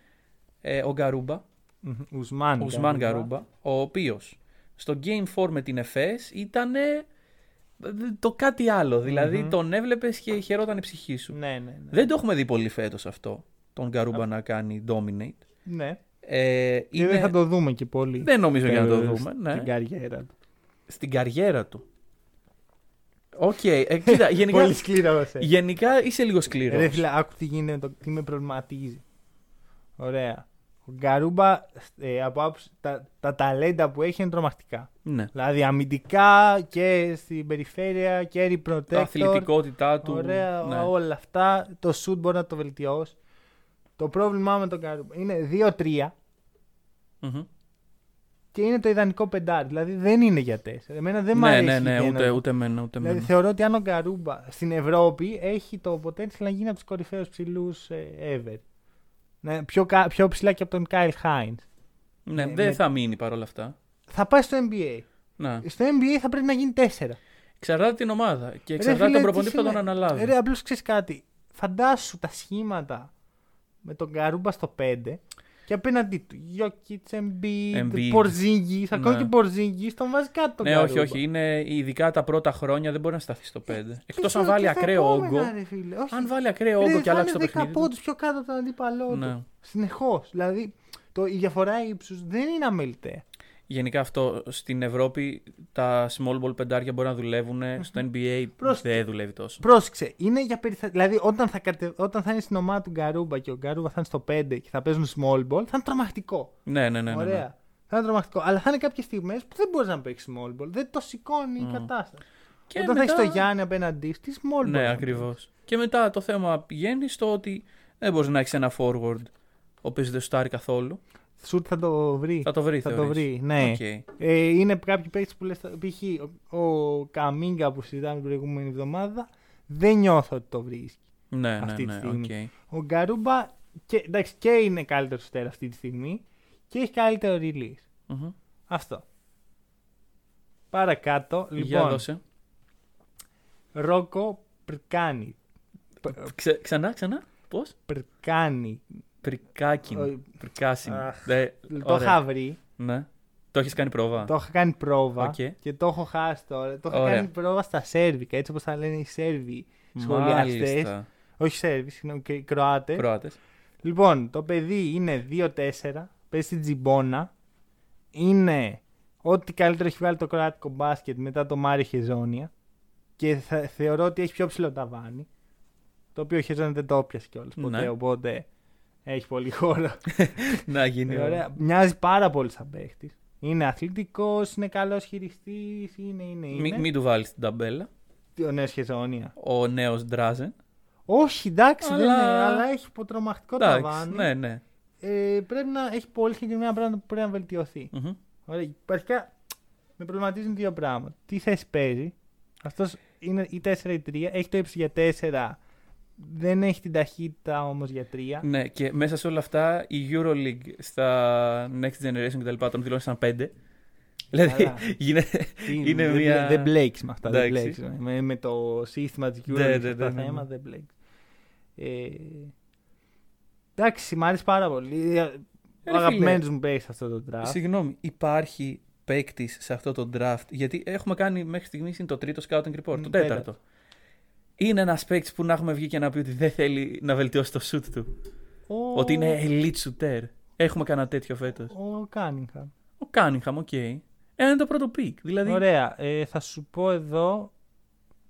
D: Ε, ο Γκαρούμπα,
C: Μμμ. Ουσμάν.
D: ο Ουσμάν Γκαρούμπα, ο οποίος στο Game 4 με την ΕΦΕΣ ήταν το κάτι άλλο. Δηλαδή,
C: Μμμ.
D: τον έβλεπες και χαιρόταν η ψυχή σου.
C: Ναι, ναι, ναι.
D: Δεν το έχουμε δει πολύ φέτος αυτό, τον Γκαρούμπα να κάνει dominate.
C: ναι.
D: Ε,
C: Και Δεν θα το δούμε και πολύ.
D: δεν νομίζω για να το
C: τέλος
D: δούμε.
C: Στην
D: Ναι.
C: καριέρα του.
D: Στην καριέρα του. Οκ, ε, κοίτα, γενικά,
C: Πολύ σκληρός. ε.
D: γενικά είσαι λίγο σκληρός.
C: Ρε φίλε, άκου τι γίνεται, με το- τι με προβληματίζει. Ωραία. Ο Γκαρούμπα, ε, από άποψη- τα, τα ταλέντα που έχει είναι τρομακτικά.
D: Ναι.
C: Δηλαδή αμυντικά και στην περιφέρεια και
D: Τα
C: protector.
D: αθλητικότητά του.
C: Ωραία,
D: ναι.
C: όλα αυτά. Το shoot μπορεί να το βελτιώσει. Το πρόβλημά με τον Γκαρούμπα είναι 2-3
D: Μμμ.
C: και είναι το ιδανικό πεντάρι. Δηλαδή δεν είναι για 4. Εμένα δεν μ'
D: ναι,
C: αρέσει.
D: ναι, ναι,
C: γεννά-
D: ούτε, ούτε εμένα, ούτε
C: Δηλαδή
D: εμένα.
C: θεωρώ ότι αν ο Γκαρούμπα στην Ευρώπη έχει το potential να γίνει από τους κορυφαίους ψηλούς ε, ever. Ναι, πιο, κα- πιο ψηλά και από τον Κάιλ Χάιντ.
D: Ναι,
C: ναι,
D: δεν
C: με- Ε,
D: θα μείνει παρόλα αυτά.
C: Θα πάει στο NBA.
D: Ναι.
C: Στο NBA θα πρέπει να γίνει 4.
D: Εξαρτάται την ομάδα και εξαρτάται τον προπονητή που θα τον αναλάβει.
C: Ρε, απλώς ξέρεις κάτι. Φαντάσου τα σχήματα με τον Γκαρούμπα στο 5 και απέναντί του. Γιώκητ, Εμπί,
D: Embiid.
C: Πορζίνγκη. Ακόμα
D: Ναι.
C: και Πορζίνγκη τον βάζει κάτω Ε, τον
D: ναι,
C: Γκαρούμπα.
D: όχι, όχι. Είναι ειδικά τα πρώτα χρόνια δεν μπορεί να σταθεί στο 5.
C: Και
D: Εκτό
C: στο-
D: αν βάλει
C: και στα
D: ακραίο
C: επόμενα,
D: όγκο.
C: ρε φίλε. Όχι.
D: Αν βάλει ακραίο όγκο
C: Ρε,
D: και
C: θα
D: αλλάξει το
C: είναι 10
D: παιχνίδι. του.
C: πόντους πιο κάτω από τον αντίπαλό
D: Ναι.
C: του. Συνεχώς. Δηλαδή το, η διαφορά ύψους δεν είναι αμεληταία.
D: Γενικά αυτό στην Ευρώπη τα small ball πεντάρια μπορεί να δουλεύουν. Στο NBA
C: Πρόσεξε.
D: δεν δουλεύει τόσο.
C: Πρόσεξε, είναι για περιθα... Δηλαδή όταν θα, κατε... όταν θα είναι στην ομάδα του Γκαρούμπα και ο Γκαρούμπα θα είναι στο 5 και θα παίζουν small ball, θα είναι τρομακτικό.
D: Ναι, ναι, ναι. ναι,
C: Ωραία.
D: ναι.
C: Θα είναι τρομακτικό. Αλλά θα είναι κάποιες στιγμές που δεν μπορείς να παίξεις small ball. Δεν το σηκώνει η κατάσταση.
D: Και
C: Όταν θα έχεις το Γιάννη απέναντί τη, small
D: Ναι,
C: ball.
D: ακριβώ. Και μετά το θέμα πηγαίνει στο ότι δεν μπορείς να έχεις ένα forward ο οποίος δεν στάρει καθόλου.
C: Σουτ θα το βρει.
D: Θα το βρει,
C: Θα το
D: θεωρείς.
C: βρει, ναι.
D: Οκ.
C: Ε, είναι κάποιοι παίκτες που λες, θα- π.χ. ο, ο Καμίγκα που συζητάμε την προηγούμενη εβδομάδα, δεν νιώθω ότι το βρίσκει.
D: Ναι, ναι,
C: Αυτή τη
D: ναι.
C: στιγμή.
D: οκ.
C: Ο Γκαρούμπα, και, εντάξει, και είναι καλύτερο στέρ αυτή τη στιγμή και έχει καλύτερο release.
D: Μμμ.
C: Αυτό. Παρακάτω,
D: Για
C: λοιπόν,
D: δώσε.
C: Ρόκο Πρκάνι.
D: Ξε- ξανά, ξανά. Πώς.
C: Πρκάνι. Ο-
D: Πρικάκιν. Πρικάσιν.
C: Αχ.
D: Ναι,
C: Το
D: ωραία.
C: είχα βρει,
D: Ναι. Το έχεις κάνει πρόβα.
C: το είχα κάνει πρόβα
D: Οκ.
C: και το έχω χάσει τώρα. Το είχα
D: Ωραία.
C: κάνει πρόβα στα Σέρβικα, έτσι όπως θα λένε οι Σέρβοι σχολιαστές.
D: Μάλιστα.
C: Όχι Σέρβοι, συγγνώμη, και οι Κροάτες.
D: Κροάτες.
C: Λοιπόν, το παιδί είναι 2-4, παίζει στην Τζιμπόνα. Είναι ό,τι καλύτερο έχει βγάλει το κροάτικο μπάσκετ μετά το Μάριο Χεζόνια. Και θα, θεωρώ ότι έχει πιο ψηλό ταβάνι. Το οποίο ο Χεζόνια δεν το πιασε κιόλα ποτέ,
D: Ναι.
C: οπότε έχει πολύ χώρο.
D: Να γίνει.
C: Ωραία. Μοιάζει πάρα πολύ σαν παίχτης. Είναι αθλητικός, είναι καλός χειριστής, είναι, είναι,
D: Μη-
C: είναι.
D: Μην του βάλεις την ταμπέλα.
C: Ο νέος Χεζόνια.
D: Ο νέος Ντράζεν.
C: Όχι, εντάξει, αλλά, δεν
D: Αλλά-
C: είναι, αλλά έχει τρομακτικό
D: Εντάξει.
C: ταβάνι.
D: Ναι, ναι.
C: Ε, πρέπει να έχει πολύ συγκεκριμένα πράγματα που πρέπει να βελτιωθεί.
D: Μμμ.
C: Ωραία. Βασικά, με προβληματίζουν δύο πράγματα. Τι θέση παίζει. Αυτός είναι η 4 ή 3. Έχει το ύψος για 4. Δεν έχει την ταχύτητα όμως για 3.
D: Ναι, και μέσα σε όλα αυτά η Euroleague στα Next Generation κτλ. τον δηλώνει σαν 5. Δηλαδή
C: Καλά.
D: γίνεται. είναι
C: δεν,
D: μια.
C: δεν μπλέκεις με αυτά. Δεν
D: Εντάξει.
C: μπλέκεις. με, με το σύστημα της Euroleague
D: Ναι, ναι,
C: και αυτά
D: ναι,
C: τα
D: ναι, ναι.
C: θέματα δεν μπλέκεις. Ε, εντάξει, μ' αρέσει πάρα πολύ. Ο
D: Ε, φίλε.
C: αγαπημένος μου παίζει αυτό το draft.
D: Συγγνώμη, υπάρχει παίκτης σε αυτό το draft. Γιατί έχουμε κάνει μέχρι στιγμής είναι το τρίτο scouting report, το
C: Μ,
D: τέταρτο. Είναι ένα παίκτη που να έχουμε βγει και να πει ότι δεν θέλει να βελτιώσει το shoot του.
C: Ο,
D: Ότι είναι elite shooter. Έχουμε κανένα τέτοιο φέτος.
C: Ο Κάνιγχαμ.
D: Ο Κάνιχαμ, οκ. Ένα είναι το πρώτο pick. Δηλαδή.
C: Ωραία. Ε, θα σου πω εδώ.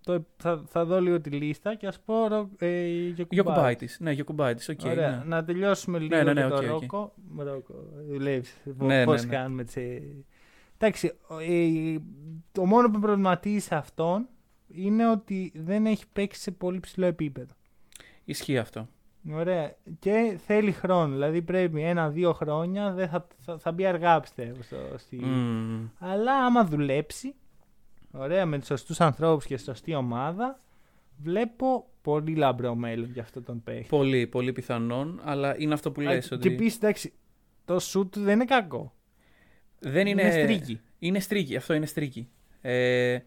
C: Το, θα, θα δω λίγο τη λίστα και θα σου πω ρο- ε, Γιωκουμπάη.
D: Γιωκουμπάιτης. Ναι, Γιωκουμπάιτης, οκ.
C: Ωραία.
D: ναι.
C: Να τελειώσουμε λίγο
D: Ναι, ναι, ναι,
C: για το
D: οκ, οκ.
C: Ρόκο. Ρόκο. Βλέπεις πώ
D: Ναι, ναι, ναι.
C: κάνουμε τις... ε. Εντάξει, ο- ε, το μόνο που με προβληματίζει σε αυτόν είναι ότι δεν έχει παίξει σε πολύ ψηλό επίπεδο.
D: Ισχύει αυτό.
C: Ωραία. Και θέλει χρόνο. Δηλαδή πρέπει ένα-δύο χρόνια δεν θα, θα, θα μπει αργά πιστεύω στο, στη,
D: Μμμ.
C: αλλά άμα δουλέψει, ωραία, με τους σωστούς ανθρώπους και σωστή ομάδα, βλέπω πολύ λαμπρό μέλλον για αυτό τον παίχτη.
D: Πολύ, πολύ πιθανόν, αλλά είναι αυτό που
C: Α,
D: λες
C: Και
D: ότι
C: επίση, εντάξει, το σουτ του δεν είναι κακό.
D: δεν είναι...
C: είναι στρίκι.
D: Είναι στρίκι, αυτό είναι στρίκι. Ε,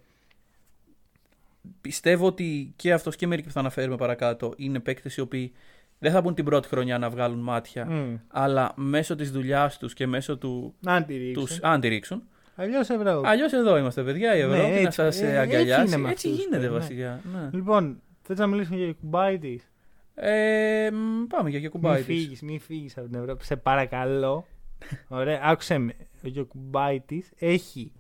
D: πιστεύω ότι και αυτός και μερικοί που θα αναφέρουμε παρακάτω είναι παίκτες οι οποίοι δεν θα μπουν την πρώτη χρονιά να βγάλουν μάτια,
C: Μμ.
D: αλλά μέσω της δουλειάς τους και μέσω του...
C: Να τη ρίξουν.
D: Τους αντιρίξουν.
C: Αλλιώς ε, Ευρώπη.
D: Αλλιώ εδώ είμαστε, παιδιά. Η Ευρώπη να
C: έτσι,
D: σας
C: ε, έτσι
D: αγκαλιάσει. Έτσι,
C: είναι με αυτούς,
D: γίνεται
C: ναι.
D: βασικά. Ναι.
C: Λοιπόν, θες να μιλήσουμε για κουμπάι τη.
D: Ε, μ, πάμε
C: Μη
D: για Γιωκουμπάιτης.
C: φύγεις, μη φύγεις από την Ευρώπη. Σε παρακαλώ. Ωραία, άκουσε με. Ο Γιωκουμπάι της έχει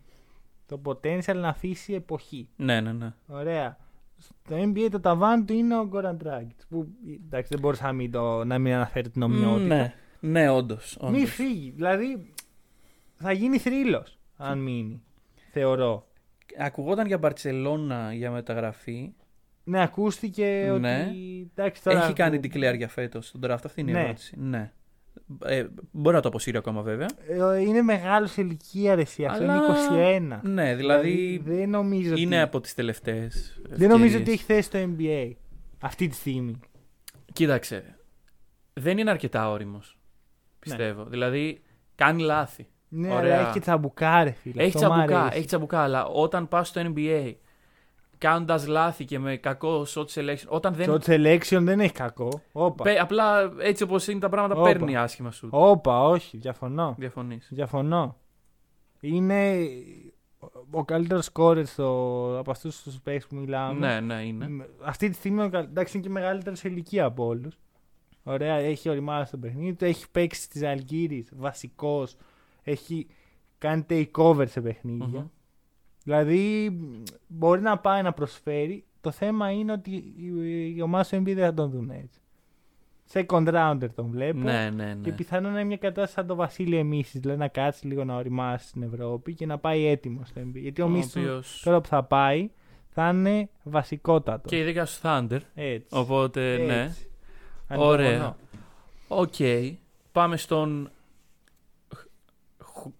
C: το potential να αφήσει εποχή.
D: Ναι, ναι, ναι.
C: Ωραία. Στο NBA το ταβάνι του είναι ο Γκόραν Dragic. Που εντάξει, δεν μπορούσα να μην, το, να μην αναφέρει την ομοιότητα.
D: Ναι, ναι όντως.
C: Μη φύγει. Δηλαδή θα γίνει θρύλος αν μείνει. Θεωρώ.
D: Ακουγόταν για Μπαρσελόνα για μεταγραφή.
C: Ναι, ακούστηκε
D: Ναι.
C: ότι. Εντάξει, τώρα
D: Έχει κάνει
C: που-
D: declare για φέτος τον draft. Αυτή είναι η
C: Ναι.
D: ερώτηση. Ναι. Ε, μπορεί να το αποσύρει ακόμα βέβαια.
C: Ε, Είναι μεγάλος σε ηλικία ρε εσύ, αυτό
D: Αλλά-
C: είναι 21.
D: Ναι, δηλαδή
C: δεν νομίζω,
D: είναι
C: ότι...
D: από τις τελευταίες.
C: δεν νομίζω ότι έχει θέση στο NBA αυτή τη στιγμή.
D: Κοίταξε. Δεν είναι αρκετά όριμος. Πιστεύω. Δηλαδή κάνει λάθη.
C: Ναι,
D: Ωραία.
C: αλλά έχει και τσαμπουκά, ρε φίλε.
D: Έχει
C: Αυτό μ'
D: τσαμπουκά,
C: αρέσει.
D: έχει τσαμπουκά, αλλά όταν πας στο NBA κάνοντας λάθη και με κακό shot selection, όταν δεν.
C: Το selection δεν έχει κακό. Όπα.
D: Πε- απλά έτσι όπως είναι τα πράγματα,
C: Όπα.
D: παίρνει άσχημα σου.
C: Όπα, όχι, διαφωνώ.
D: Διαφωνείς.
C: Διαφωνώ. Είναι ο καλύτερος σκόρερ στο... από αυτούς τους παίχτε που μιλάμε.
D: Ναι, ναι, είναι.
C: Μ, Αυτή τη στιγμή ο κα- εντάξει, είναι και μεγαλύτερο σε ηλικία από όλους. Ωραία, έχει οριμάσει το παιχνίδι του, έχει παίξει στις Αλγύρι βασικός. Έχει κάνει takeover σε παιχνιδια
D: Μμμ.
C: Δηλαδή μ, μπορεί να πάει να προσφέρει. Το θέμα είναι ότι οι- οι ομάδες του NBA δεν θα τον δουν έτσι. Second rounder τον βλέπω.
D: Ναι, ναι, ναι.
C: Ε, Και πιθανόν να είναι μια κατάσταση σαν το Βασίλειο Εμίση. Δηλαδή να κάτσει λίγο να οριμάσει στην Ευρώπη και να πάει έτοιμο στο NBA. Γιατί ο,
D: Ο
C: Μίσης
D: οποίος-
C: τώρα που θα πάει θα είναι βασικότατος.
D: Και ειδικά στο Thunder.
C: Έτσι.
D: Οπότε,
C: Έτσι.
D: ναι.
C: Ανυπομονώ.
D: Ωραία. Οκ. Πάμε στον. Χ- Χου-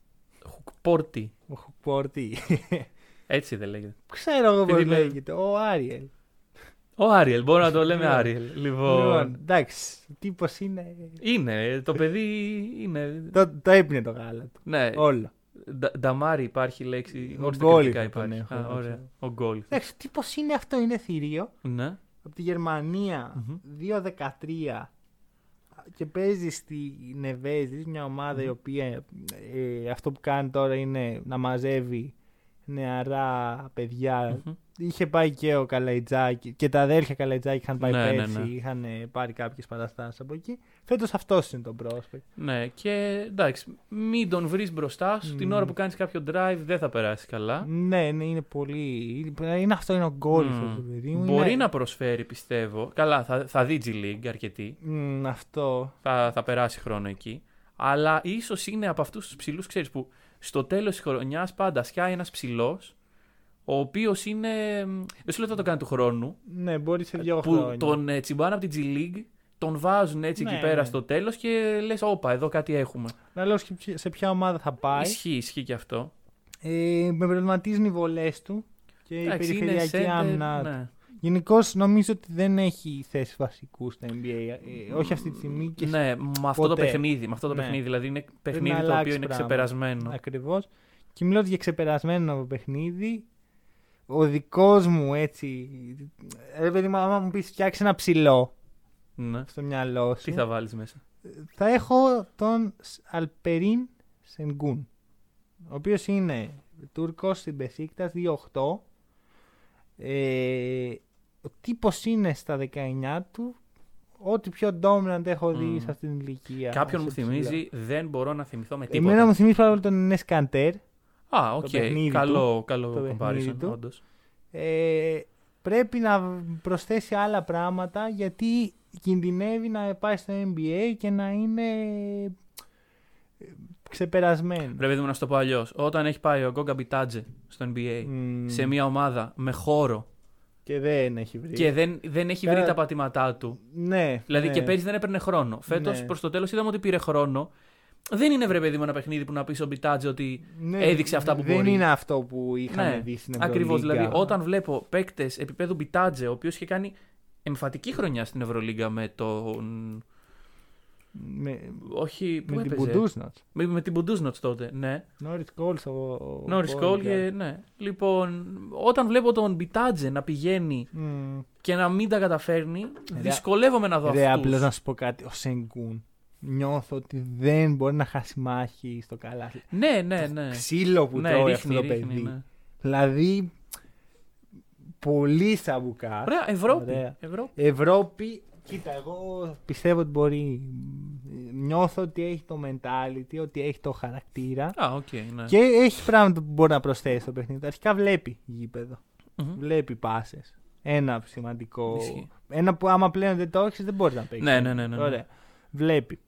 D: Χουκπόρτη.
C: Ο Χουκπορτή.
D: Έτσι δεν λέγεται.
C: Ξέρω εγώ
D: Τι
C: πώς
D: δηλαδή.
C: λέγεται. Ο Άριελ.
D: Ο Άριελ. Μπορούμε να το λέμε
C: Λοιπόν.
D: Άριελ.
C: Λοιπόν,
D: Λοιπόν.
C: εντάξει, τύπος είναι...
D: Είναι. Το παιδί είναι.
C: Το, το έπινε το γάλα του.
D: Ναι.
C: Όλο.
D: Ντα- Νταμάρι υπάρχει λέξη.
C: Ο
D: Μόνο στα
C: Γκόλι
D: κριτικά
C: θα τον
D: υπάρχει.
C: έχω, Ναι.
D: Α,
C: εγώ
D: ωραία.
C: ξέρω.
D: Ο γκόλ.
C: Εντάξει, τι πώ είναι αυτό, είναι θηρίο.
D: Ναι.
C: Από τη γερμανια
D: Μμμ.
C: 2-13 και παίζει στη Νεβέζη, δηλαδή μια ομάδα η οποία ε, αυτό που κάνει τώρα είναι να μαζεύει νεαρά παιδιά.
D: Μμμ.
C: Είχε πάει και ο Καλαϊτζάκη και τα αδέρφια Καλαϊτζάκη είχαν πάει
D: Ναι, ναι,
C: πέρσι,
D: ναι.
C: είχαν ε, πάρει κάποιες παραστάσεις από εκεί. Φέτος αυτός είναι το πρόσφατο.
D: Ναι, και εντάξει, μην τον βρεις μπροστά σου. Την
C: Μμμ.
D: ώρα που κάνεις κάποιο drive δεν θα περάσει καλά.
C: Ναι, ναι, είναι πολύ. Είναι αυτό, είναι ο γκολ
D: Μμμ.
C: αυτό το παιδί μου.
D: Μπορεί
C: Είναι-
D: να προσφέρει, πιστεύω. Καλά, θα, θα δει G League αρκετή.
C: Μμ, αυτό.
D: Θα, θα περάσει χρόνο εκεί. Αλλά ίσως είναι από αυτούς τους ψηλούς, ξέρεις που στο τέλος της χρονιάς πάντα σκάει ένας ψηλός, ο οποίος είναι. μ, Δεν σου λέω ότι θα το κάνει του χρόνου.
C: Ναι, μπορεί σε δύο
D: που
C: χρόνια.
D: τον ε, τσιμπάνε από την G League, τον βάζουν έτσι
C: Ναι,
D: εκεί πέρα
C: ναι.
D: στο τέλος και λες: Όπα, εδώ κάτι έχουμε.
C: Να λέω σε ποια- σε ποια ομάδα θα πάει.
D: Ισχύει, ισχύει και αυτό.
C: Ε, με προβληματίζουν οι βολές του και η
D: Εντάξει, είναι
C: περιφερειακή
D: center,
C: άμυνα. του.
D: ναι.
C: Γενικώς νομίζω ότι δεν έχει θέση βασικούς στα NBA. ε, όχι αυτή τη στιγμή και
D: ναι, με αυτό το
C: ποτέ.
D: παιχνίδι. Με αυτό το
C: Ναι.
D: παιχνίδι, δηλαδή είναι παιχνίδι το
C: αλλάξει
D: οποίο είναι
C: πράγμα.
D: ξεπερασμένο.
C: ακριβώς. Και μιλώντα για ξεπερασμένο παιχνίδι, ο δικός μου έτσι. ε, Ρε παιδί μου, άμα μου πεις φτιάξεις ένα ψηλό
D: Ναι.
C: στο μυαλό σου,
D: Τι θα βάλεις μέσα.
C: θα έχω τον Σ- Αλπερίν Σενγκούν, ο οποίος είναι Τούρκος στην Πεσίκτας, 2-8. Ε, ο τύπος είναι στα 19 του, ό,τι πιο dominant έχω δει
D: Μμμ.
C: σε αυτήν την ηλικία.
D: Κάποιον
C: σε
D: μου
C: ψηλό.
D: θυμίζει, δεν μπορώ να θυμηθώ με τίποτα.
C: Εμένα μου θυμίζει πάρα πολύ τον Νες Καντέρ.
D: Α, οκ.
C: το παιχνίδι
D: Καλό, καλό
C: το παιχνίδι
D: comparison,
C: του.
D: όντως.
C: Ε, πρέπει να προσθέσει άλλα πράγματα γιατί κινδυνεύει να πάει στο NBA και να είναι ε, ξεπερασμένο.
D: Πρέπει να σου το πω αλλιώς. Όταν έχει πάει ο Γκόγκα Μπιτάτζε στο NBA
C: Μμμ.
D: σε μια ομάδα με χώρο
C: Και δεν έχει βρει.
D: και δεν, δεν έχει βρει
C: Καλά.
D: τα πατήματά του.
C: Ναι.
D: Δηλαδή
C: ναι.
D: και πέρυσι δεν έπαιρνε χρόνο. Φέτο
C: Ναι.
D: προς το τέλος είδαμε ότι πήρε χρόνο. Δεν είναι βρε παιδί μου ένα παιχνίδι που να πεις ο Μπιτάτζε ότι
C: Ναι,
D: έδειξε αυτά που
C: δεν
D: μπορεί.
C: είναι αυτό που είχαμε δει στην Ευρωλίγκα.
D: Ακριβώ. Δηλαδή, όταν βλέπω παίκτες επίπεδου Μπιτάτζε, ο οποίος είχε κάνει εμφατική χρονιά στην Ευρωλίγκα με τον.
C: Με,
D: Όχι. Πού
C: με την
D: έπαιζε?
C: Πουντούσνατ.
D: Με, με την Μπουντούσνοτ τότε, ναι.
C: Νόρις Κόλ στο...
D: Νόρι Κόλ, και- ναι. Λοιπόν, όταν βλέπω τον Μπιτάτζε να πηγαίνει
C: Μμμ.
D: και να μην τα καταφέρνει, δυσκολεύομαι να δω
C: Ρε, απλώς
D: αυτούς.
C: να σου πω κάτι. Ο Σενγκούν. Νιώθω ότι δεν μπορεί να χάσει μάχη στο καλά.
D: Ναι, ναι, ναι.
C: Ξύλο που
D: ναι,
C: τρώει
D: ρίχνει,
C: αυτό το
D: ρίχνει,
C: παιδί.
D: ναι.
C: Δηλαδή, πολύ σαμπουκά.
D: Ωραία, Ευρώπη.
C: Ωραία.
D: Ευρώπη.
C: Ευρώπη, κοίτα, εγώ πιστεύω ότι μπορεί. Νιώθω ότι έχει το mentality, ότι έχει το χαρακτήρα.
D: Α, οκ, ναι.
C: Και έχει πράγματα που μπορεί να προσθέσει στο παιχνίδι. Αρχικά βλέπει γήπεδο.
D: Μμμ.
C: Βλέπει πάσες. Ένα σημαντικό.
D: Ισχύει.
C: Ένα που άμα πλέον δεν το έχεις, δεν μπορεί να παίξεις.
D: Ναι, ναι, ναι, ναι, ναι.
C: Ωραία. Βλέπει.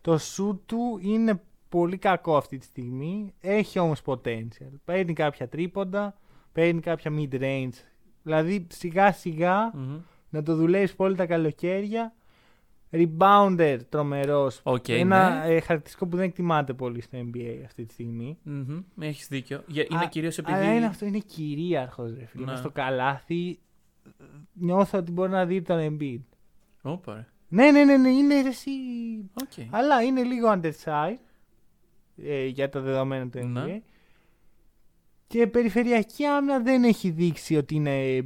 C: Το σου του είναι πολύ κακό αυτή τη στιγμή. Έχει όμως potential. Παίρνει κάποια τρίποντα, παίρνει κάποια mid range. Δηλαδή σιγά σιγά
D: Μμμ.
C: να το δουλεύεις πολύ τα καλοκαίρια. Rebounder τρομερός.
D: Οκ,
C: Ένα
D: ναι.
C: ε, χαρακτηριστικό που δεν εκτιμάται πολύ στο NBA αυτή τη στιγμή.
D: Μμμ. Έχεις δίκιο. Για- Είναι
C: Α-
D: κυρίως
C: Αλλά
D: επειδή...
C: είναι αυτό, είναι κυρίαρχος ρε φίλε.
D: Ναι.
C: Μες Στο καλάθι νιώθω ότι μπορεί να δει τον Embiid.
D: Όπα, ρε.
C: Ναι, ναι, ναι, ναι είναι ρε, εσύ.
D: Οκ.
C: Αλλά είναι λίγο undersized ε, για τα δεδομένα του NBA.
D: Ναι.
C: Και περιφερειακή άμυνα δεν έχει δείξει ότι είναι ε, ε,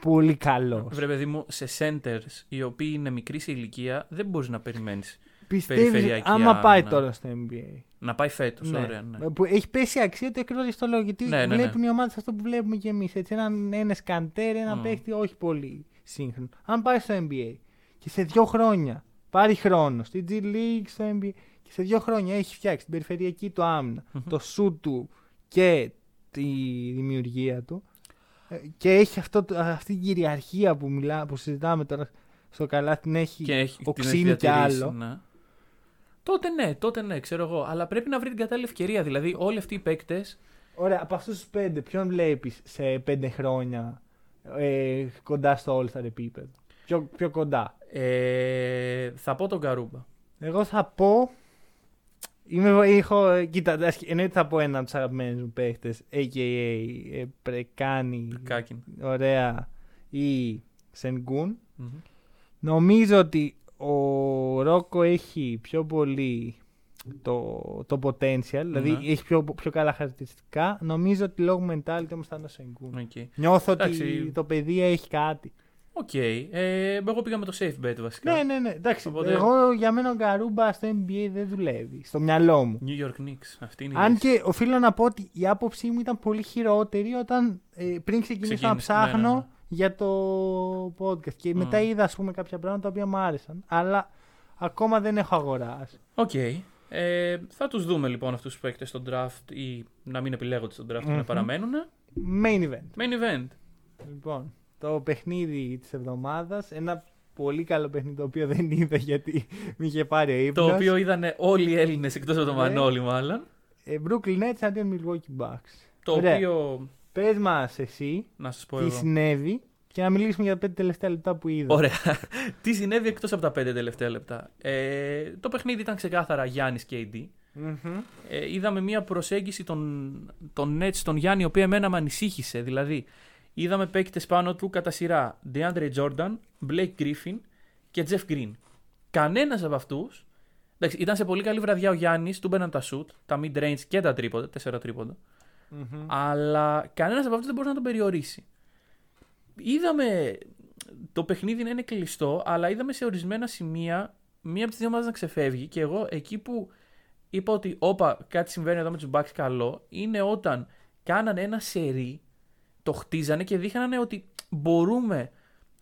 C: πολύ καλό.
D: Βρε παιδί μου, σε centers οι οποίοι είναι μικροί σε ηλικία δεν μπορείς να περιμένεις
C: Πιστεύεις
D: περιφερειακή
C: άμα πάει
D: άμυνα.
C: τώρα στο NBA.
D: να πάει φέτος.
C: Ναι.
D: Ωραία, ναι.
C: Που έχει πέσει η αξία του εκλόγη στο λόγο. Γιατί
D: Ναι, ναι, ναι.
C: βλέπουν οι ομάδες αυτό που βλέπουμε κι εμείς. Έναν ένας σκαντέρ, ένα
D: Mm.
C: παίχτη όχι πολύ σύγχρονο. Αν πάει στο NBA και σε δύο χρόνια πάρει χρόνο στη G League, στο NBA και σε δύο χρόνια έχει φτιάξει την περιφερειακή του άμυνα, το σου του και τη δημιουργία του ε, και έχει αυτό, το- αυτή την κυριαρχία που, μιλά, που συζητάμε τώρα στο καλά την έχει,
D: Και έχει την
C: οξύνει
D: έχει
C: κι
D: διατηρήσει,
C: άλλο.
D: ναι. Τότε ναι, τότε ναι, ξέρω εγώ. Αλλά πρέπει να βρει την κατάλληλη ευκαιρία. Δηλαδή, όλοι αυτοί οι παίκτες
C: Ωραία, από αυτούς τους πέντε, ποιον βλέπεις σε πέντε χρόνια ε, κοντά στο All Star επίπεδο. Πιο, πιο κοντά.
D: Ε, θα πω τον Καρούμπα.
C: Εγώ θα πω. Είμαι, έχω, κοίτα, εντάξει, εννοείται θα πω έναν από τους αγαπημένους μου παίχτες, a.k.a. Ε, Πρεκάνη.
D: Κάκιν.
C: Ωραία. Ή Σενγκούν. Νομίζω ότι ο Ρόκο έχει πιο πολύ το, το potential, δηλαδή
D: Ναι.
C: έχει πιο, πιο καλά χαρακτηριστικά. Νομίζω ότι λόγω mentality όμως θα είναι ο Σενγκούν.
D: Οκ.
C: Νιώθω ότι
D: Εντάξει.
C: το παιδί έχει κάτι.
D: Οκ. Ε, εγώ πήγα με το safe bet βασικά.
C: Ναι, ναι, ναι. Εντάξει,
D: Οπότε-
C: εγώ για μένα ο Γκαρούμπα στο NBA δεν δουλεύει. Στο μυαλό μου.
D: New York Knicks. Αυτή είναι η
C: Αν
D: λύση.
C: και οφείλω να πω ότι η άποψή μου ήταν πολύ χειρότερη όταν ε, πριν ξεκινήσω να
D: Ξεκίνησε,
C: ψάχνω
D: ναι, Mm. ναι, ναι.
C: για το podcast. Και
D: Μμμ.
C: μετά είδα ας πούμε, κάποια πράγματα τα οποία μου άρεσαν. Αλλά ακόμα δεν έχω αγοράσει.
D: Οκ. Ε, θα τους δούμε λοιπόν αυτούς τους παίκτες στον draft ή να μην επιλέγονται στον draft και να
C: Μμμ.
D: παραμένουν.
C: Main event.
D: Main event.
C: Λοιπόν, το παιχνίδι της εβδομάδας. Ένα πολύ καλό παιχνίδι το οποίο δεν είδα γιατί με είχε πάρει ο ύπνο.
D: Το οποίο είδαν όλοι οι Έλληνες εκτός από τον
C: Ναι.
D: Μανώλη μάλλον.
C: Ε, Brooklyn Nets αντίον Milwaukee Bucks.
D: Το
C: Ωραία.
D: οποίο
C: Πες μας εσύ
D: να σας πω
C: τι
D: εγώ.
C: συνέβη και να μιλήσουμε για τα πέντε τελευταία λεπτά που είδα.
D: Ωραία. Τι συνέβη εκτός από τα πέντε τελευταία λεπτά. Ε, το παιχνίδι ήταν ξεκάθαρα Γιάννης και AD.
C: Μμμ.
D: Ε, είδαμε μια προσέγγιση των, των Nets στον Γιάννη, η οποία εμένα με ανησύχησε. Δηλαδή, είδαμε παίκτες πάνω του κατά σειρά DeAndre Jordan, Blake Griffin και Jeff Green. Κανένας από αυτούς. Εντάξει, ήταν σε πολύ καλή βραδιά ο Γιάννης, του μπαίναν τα shoot, τα mid range και τα τρίποντα, τέσσερα τρίποντα. Αλλά κανένας από αυτούς δεν μπορούσε να τον περιορίσει. Είδαμε το παιχνίδι να είναι κλειστό, αλλά είδαμε σε ορισμένα σημεία μία από τις δύο ομάδες να ξεφεύγει. Και εγώ εκεί που είπα ότι όπα κάτι συμβαίνει εδώ με τους Bucks καλό, είναι όταν κάνανε ένα σερί, το χτίζανε και δείχνανε ότι μπορούμε,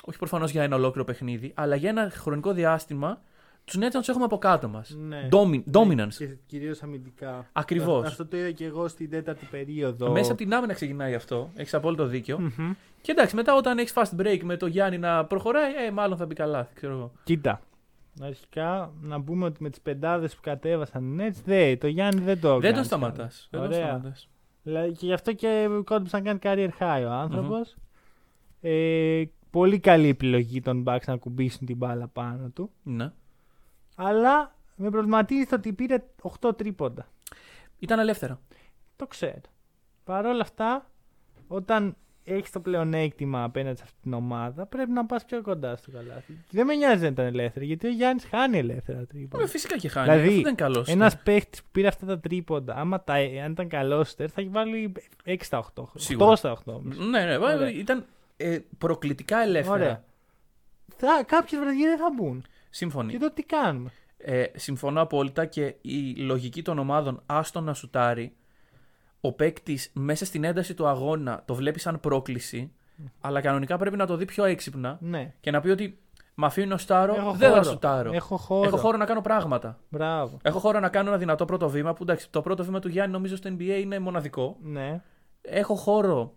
D: όχι προφανώς για ένα ολόκληρο παιχνίδι, αλλά για ένα χρονικό διάστημα, τους Nets να τους έχουμε από κάτω μας.
C: Ναι.
D: dominance.
C: Και κυρίως αμυντικά.
D: Ακριβώς. Ε,
C: Αυτό, αυτό το είδα και εγώ στην τέταρτη περίοδο.
D: Μέσα από την άμυνα ξεκινάει αυτό. Έχεις απόλυτο δίκιο. Και εντάξει, μετά όταν έχεις fast break με το Γιάννη να προχωράει, ε, μάλλον θα μπει καλά. Ξέρω εγώ.
C: Κοίτα. Αρχικά να πούμε ότι με τις πεντάδες που κατέβασαν οι Nets, δε, το Γιάννη δεν το έκανε.
D: δεν τον σταματάς. Δεν τον
C: Ωραία.
D: σταματάς.
C: Δηλαδή, και γι' αυτό και κόντυψε να κάνει career high ο ανθρωπο Ε, πολύ καλή επιλογή των Bucks να κουμπίσουν την μπάλα πάνω του.
D: Ναι.
C: Αλλά με προβληματίζει το ότι πήρε 8 τρίποντα.
D: Ήταν ελεύθερα.
C: Το ξέρω. Παρ' όλα αυτά, όταν έχεις το πλεονέκτημα απέναντι σε αυτή την ομάδα, πρέπει να πας πιο κοντά στο καλάθι. Και δεν με νοιάζει να ήταν ελεύθερη, γιατί ο Γιάννης χάνει ελεύθερα
D: Ε,
C: τρίποντα.
D: φυσικά και χάνει.
C: Δηλαδή,
D: Αυτό δεν είναι ναι. καλός.
C: Ένας παίχτης που πήρε αυτά τα τρίποντα, άμα τα, ε, αν ήταν καλός στερ, θα έχει βάλει 6 στα 8. 8
D: Σίγουρα.
C: στα 8.
D: Ναι, ναι,
C: Ωραία.
D: ήταν ε, προκλητικά ελεύθερα.
C: Ωραία. Θα, κάποιες βραδιές δεν θα μπουν.
D: Σύμφωνοι.
C: Και τότε τι κάνουμε.
D: Ε, συμφωνώ απόλυτα και η λογική των ομάδων άστο να σουτάρει. Ο παίκτης μέσα στην ένταση του αγώνα το βλέπει σαν πρόκληση, αλλά κανονικά πρέπει να το δει πιο έξυπνα
C: Ναι.
D: και να πει ότι με αφήνει να στάρω,
C: Έχω
D: δεν θα
C: χώρο.
D: σουτάρω.
C: Έχω χώρο.
D: Έχω χώρο να κάνω πράγματα.
C: Μπράβο.
D: Έχω χώρο να κάνω ένα δυνατό πρώτο βήμα που εντάξει, το πρώτο βήμα του Γιάννη νομίζω στο NBA είναι μοναδικό.
C: Ναι.
D: Έχω χώρο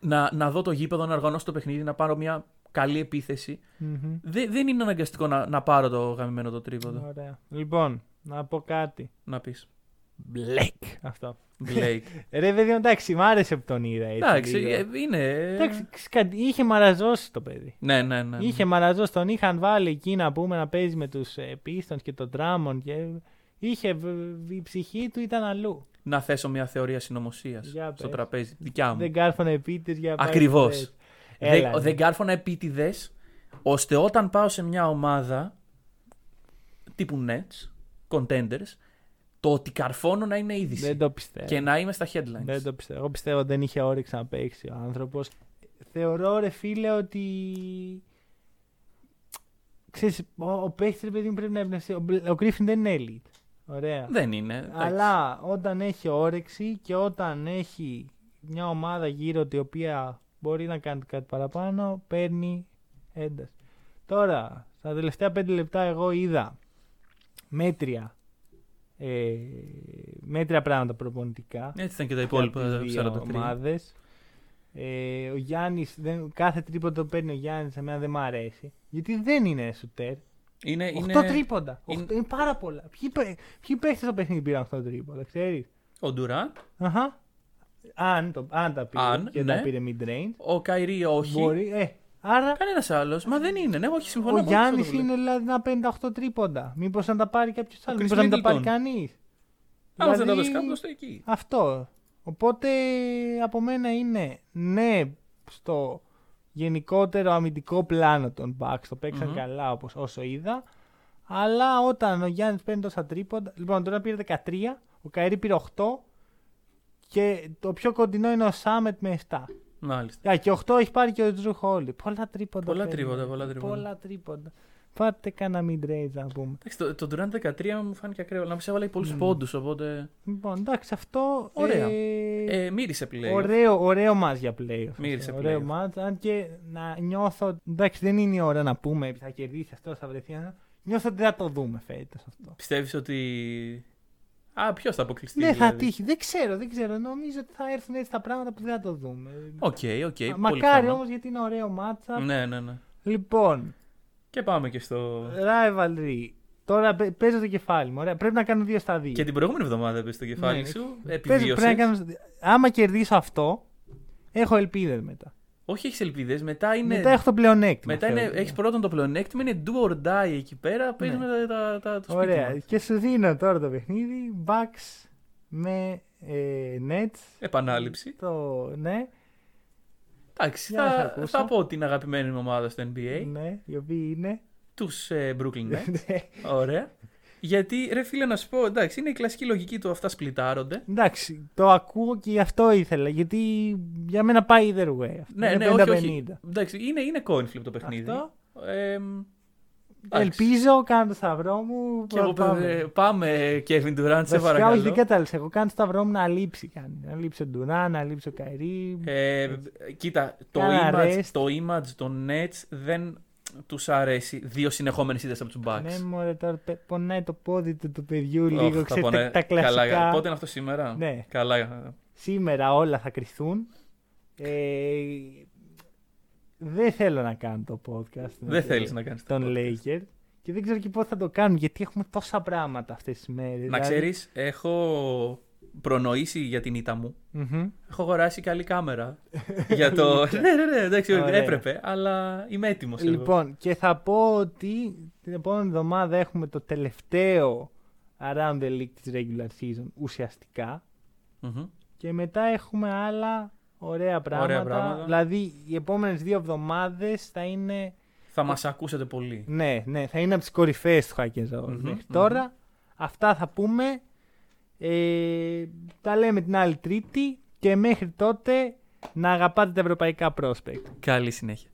D: να, να δω το γήπεδο, να οργανώσω το παιχνίδι, να πάρω μια καλή επίθεση.
C: Μμμ.
D: Δε- δεν είναι αναγκαστικό να, να πάρω το γαμημένο το τρίποδο.
C: Ωραία. Λοιπόν, να πω κάτι.
D: Να πεις.
C: Μπλεκ. Αυτό.
D: Blake.
C: Ρε παιδί, μου, εντάξει, μ' άρεσε που τον είδα έτσι.
D: Εντάξει,
C: λίγο.
D: ε, είναι.
C: Εντάξει, ξέρεις κάτι, είχε μαραζώσει το παιδί.
D: Ναι, ναι, ναι. ναι.
C: Είχε μαραζώσει, τον είχαν βάλει εκεί να πούμε να παίζει με τους ε, Pistons και τον Drummond και είχε, β- η ψυχή του ήταν αλλού.
D: Να θέσω μια θεωρία συνωμοσίας
C: Για
D: στο
C: πες.
D: τραπέζι. Δικιά μου.
C: Δεν κάρφωνε επίτης για να πάει
D: Ακριβώς.
C: στο τέτοιο. Έλα,
D: Δεν,
C: ρε.
D: δεν κάρφωνα επίτηδες ώστε όταν πάω σε μια ομάδα τύπου Nets, contenders, το ότι καρφώνω να είναι είδηση.
C: Δεν το πιστεύω.
D: Και να είμαι στα headlines.
C: Δεν το πιστεύω. Εγώ πιστεύω ότι δεν είχε όρεξη να παίξει ο άνθρωπος. Θεωρώ, ρε φίλε, ότι. Ξέρεις, ο, ο παίχτης, ρε παιδί μου, πρέπει να εμπνευστεί. Ο, Μπλε- ο Γκρίφιν δεν είναι elite. Ωραία.
D: Δεν είναι. εντάξει.
C: Αλλά όταν έχει όρεξη και όταν έχει μια ομάδα γύρω τη οποία μπορεί να κάνει κάτι παραπάνω, παίρνει ένταση. Τώρα, στα τελευταία πέντε λεπτά εγώ είδα μέτρια, ε, μέτρια πράγματα προπονητικά
D: Έτσι ήταν και τα υπόλοιπα 43.
C: ομάδες. Ε, ο Γιάννης, κάθε τρίποντα που παίρνει ο Γιάννης, σε μένα δεν μου αρέσει. Γιατί δεν είναι σουτέρ.
D: Είναι,
C: Οχτώ
D: Ε, είναι
C: τρίποντα. Οχτώ- Είναι...
D: είναι-
C: πάρα πολλά. Ποιοι, παί- ποιοι παίχτες στο παιχνίδι πήραν 8 τρίποντα, ξέρεις.
D: ο Ντουράν,
C: Αχα. Αν, το, αν τα πήρε
D: Αν,
C: και
D: ναι.
C: τα πήρε mid-range,
D: Ο Καϊρή όχι.
C: μπορεί. Ε, άρα
D: Κανένας άλλος. Μα δεν είναι. Ναι, όχι, συμφωνώ.
C: ο
D: απόλυτα σε αυτό
C: Γιάννη
D: το
C: είναι
D: βλέπω.
C: δηλαδή να 58 τρίποντα. Μήπως να τα πάρει κάποιος άλλο.
D: Chris
C: Μήπως να τα
D: Middleton.
C: πάρει κανείς.
D: Άμα δεν τα
C: Δηλαδή-
D: δώσει κάποιο, το εκεί.
C: Αυτό. Οπότε από μένα είναι ναι στο γενικότερο αμυντικό πλάνο των Bucks. Το παιξαν
D: Μμμ.
C: καλά όπως, όσο είδα. Αλλά όταν ο Γιάννης παίρνει τόσα τρίποντα... Λοιπόν, τώρα πήρε 13, ο Καερή πήρε 8 και το πιο κοντινό είναι ο Σάμετ με 7.
D: Μάλιστα.
C: Α, και 8 έχει πάρει και ο Τζου Χόλι. Πολλά τρίποντα.
D: Πολλά
C: παίρνει.
D: τρίποντα, πολλά τρίποντα.
C: Πολλά τρίποντα. Πάρτε κανένα mid-range να πούμε.
D: Εντάξει, το, το Durant 13 μου φάνηκε ακραίο. Να μου σε έβαλε πολλού πόντους, οπότε.
C: Λοιπόν, εντάξει, αυτό...
D: Ωραία.
C: ε,
D: Ε, μύρισε πλέον.
C: Ωραίο, ωραίο μάτς για playoff.
D: Μύρισε
C: ωραίο
D: playoff.
C: μάτς, αν και να νιώθω... Εντάξει, δεν είναι η ώρα να πούμε θα κερδίσει αυτό, θα βρεθεί ένα. Νιώθω ότι δεν θα το δούμε φέτος αυτό.
D: Πιστεύεις ότι. Α, ποιος θα αποκλειστεί.
C: Ναι, θα
D: δηλαδή.
C: τύχει. Δεν ξέρω, δεν ξέρω. Νομίζω ότι θα έρθουν έτσι τα πράγματα που δεν θα το δούμε.
D: Οκ, οκ. πολύ
C: Μακάρι
D: πιθανό.
C: όμως γιατί είναι ωραίο μάτσα.
D: Ναι, ναι, ναι.
C: Λοιπόν,
D: Και πάμε και στο.
C: rivalry. Τώρα παι- παίζω το κεφάλι μου. Ωραία. Πρέπει να κάνω δύο στα δύο.
D: Και την προηγούμενη εβδομάδα πες το κεφάλι
C: Ναι,
D: σου.
C: Παίζω- πρέπει να
D: Επιβίωσε.
C: κάνω... Άμα κερδίσω αυτό, έχω ελπίδες μετά.
D: Όχι, έχεις ελπίδες. Μετά είναι.
C: Μετά έχω το πλεονέκτημα.
D: Ναι, Μετά είναι,
C: θεωρητικά.
D: έχεις πρώτον το πλεονέκτημα, είναι do or die εκεί πέρα, παίζουμε τα, τα, τα, το σπίτι
C: Ναι. Ωραία.
D: μας.
C: Και σου δίνω τώρα το παιχνίδι. Bucks με ε, Nets.
D: Επανάληψη.
C: Το, ναι,
D: Εντάξει,
C: Για να σε
D: θα,
C: ακούσω.
D: θα πω την αγαπημένη μου ομάδα στο NBA,
C: ναι, οι οποίοι είναι.
D: τους ε, Brooklyn Nets.
C: Ναι.
D: Ωραία. Γιατί, ρε φίλε, να σου πω, εντάξει, είναι η κλασική λογική του αυτά σπλιτάρονται.
C: Εντάξει, το ακούω και γι' αυτό ήθελα. Γιατί για μένα πάει either way. αυτό.
D: Ναι,
C: Είναι
D: ναι, όχι,
C: 50-50.
D: όχι. Εντάξει, είναι, είναι coin flip το παιχνίδι.
C: Αυτό.
D: Ε, μ, εντάξει.
C: Ελπίζω, κάνω το σταυρό μου.
D: Και εγώ,
C: πάμε.
D: πάμε. πάμε, Kevin Durant, σε
C: Βασικά, όχι,
D: παρακαλώ.
C: δεν κατάλαβα. Εγώ κάνω το σταυρό μου να λείψει κάνει. Να λείψει ο Ντουρά, να λείψει ο Καϊρή.
D: Ε, κοίτα, το
C: Κάνα
D: image,
C: rest.
D: το image των Nets δεν τους αρέσει. Δύο συνεχόμενες είδες από τους Bucks.
C: ναι, μωρέ, τώρα πε- πονάει το πόδι του, του παιδιού
D: Ωχ,
C: λίγο.
D: θα
C: Ξέρετε,
D: πονάει.
C: τα, τα
D: Καλά,
C: κλασικά.
D: πότε είναι αυτό σήμερα.
C: Ναι.
D: Καλά.
C: Σήμερα όλα θα κρυθούν. Ε, δεν θέλω να κάνω το podcast. με
D: Δεν
C: το-
D: θέλεις να κάνεις το
C: Τον
D: podcast.
C: Laker. Και δεν ξέρω και πότε θα το κάνουν γιατί έχουμε τόσα πράγματα αυτές τις μέρες. δηλαδή.
D: Να ξέρεις, έχω προνοήσει για την ήττα μου. Έχω αγοράσει και άλλη κάμερα. για το. ναι, ναι, ναι, εντάξει,
C: Ωραία.
D: έπρεπε, αλλά είμαι έτοιμος.
C: Λοιπόν, και θα πω ότι την επόμενη εβδομάδα έχουμε το τελευταίο Around the League της regular season ουσιαστικά. Και μετά έχουμε άλλα ωραία πράγματα.
D: πράγματα.
C: Δηλαδή, οι επόμενες δύο εβδομάδες θα είναι
D: Θα μας ακούσετε πολύ.
C: Ναι, ναι, θα είναι από τις κορυφαίες του Hackers
D: Μμμ,
C: μέχρι
D: μμμ.
C: τώρα. Αυτά θα πούμε. Ε, τα λέμε την άλλη Τρίτη και μέχρι τότε να αγαπάτε τα ευρωπαϊκά prospect.
D: Καλή συνέχεια.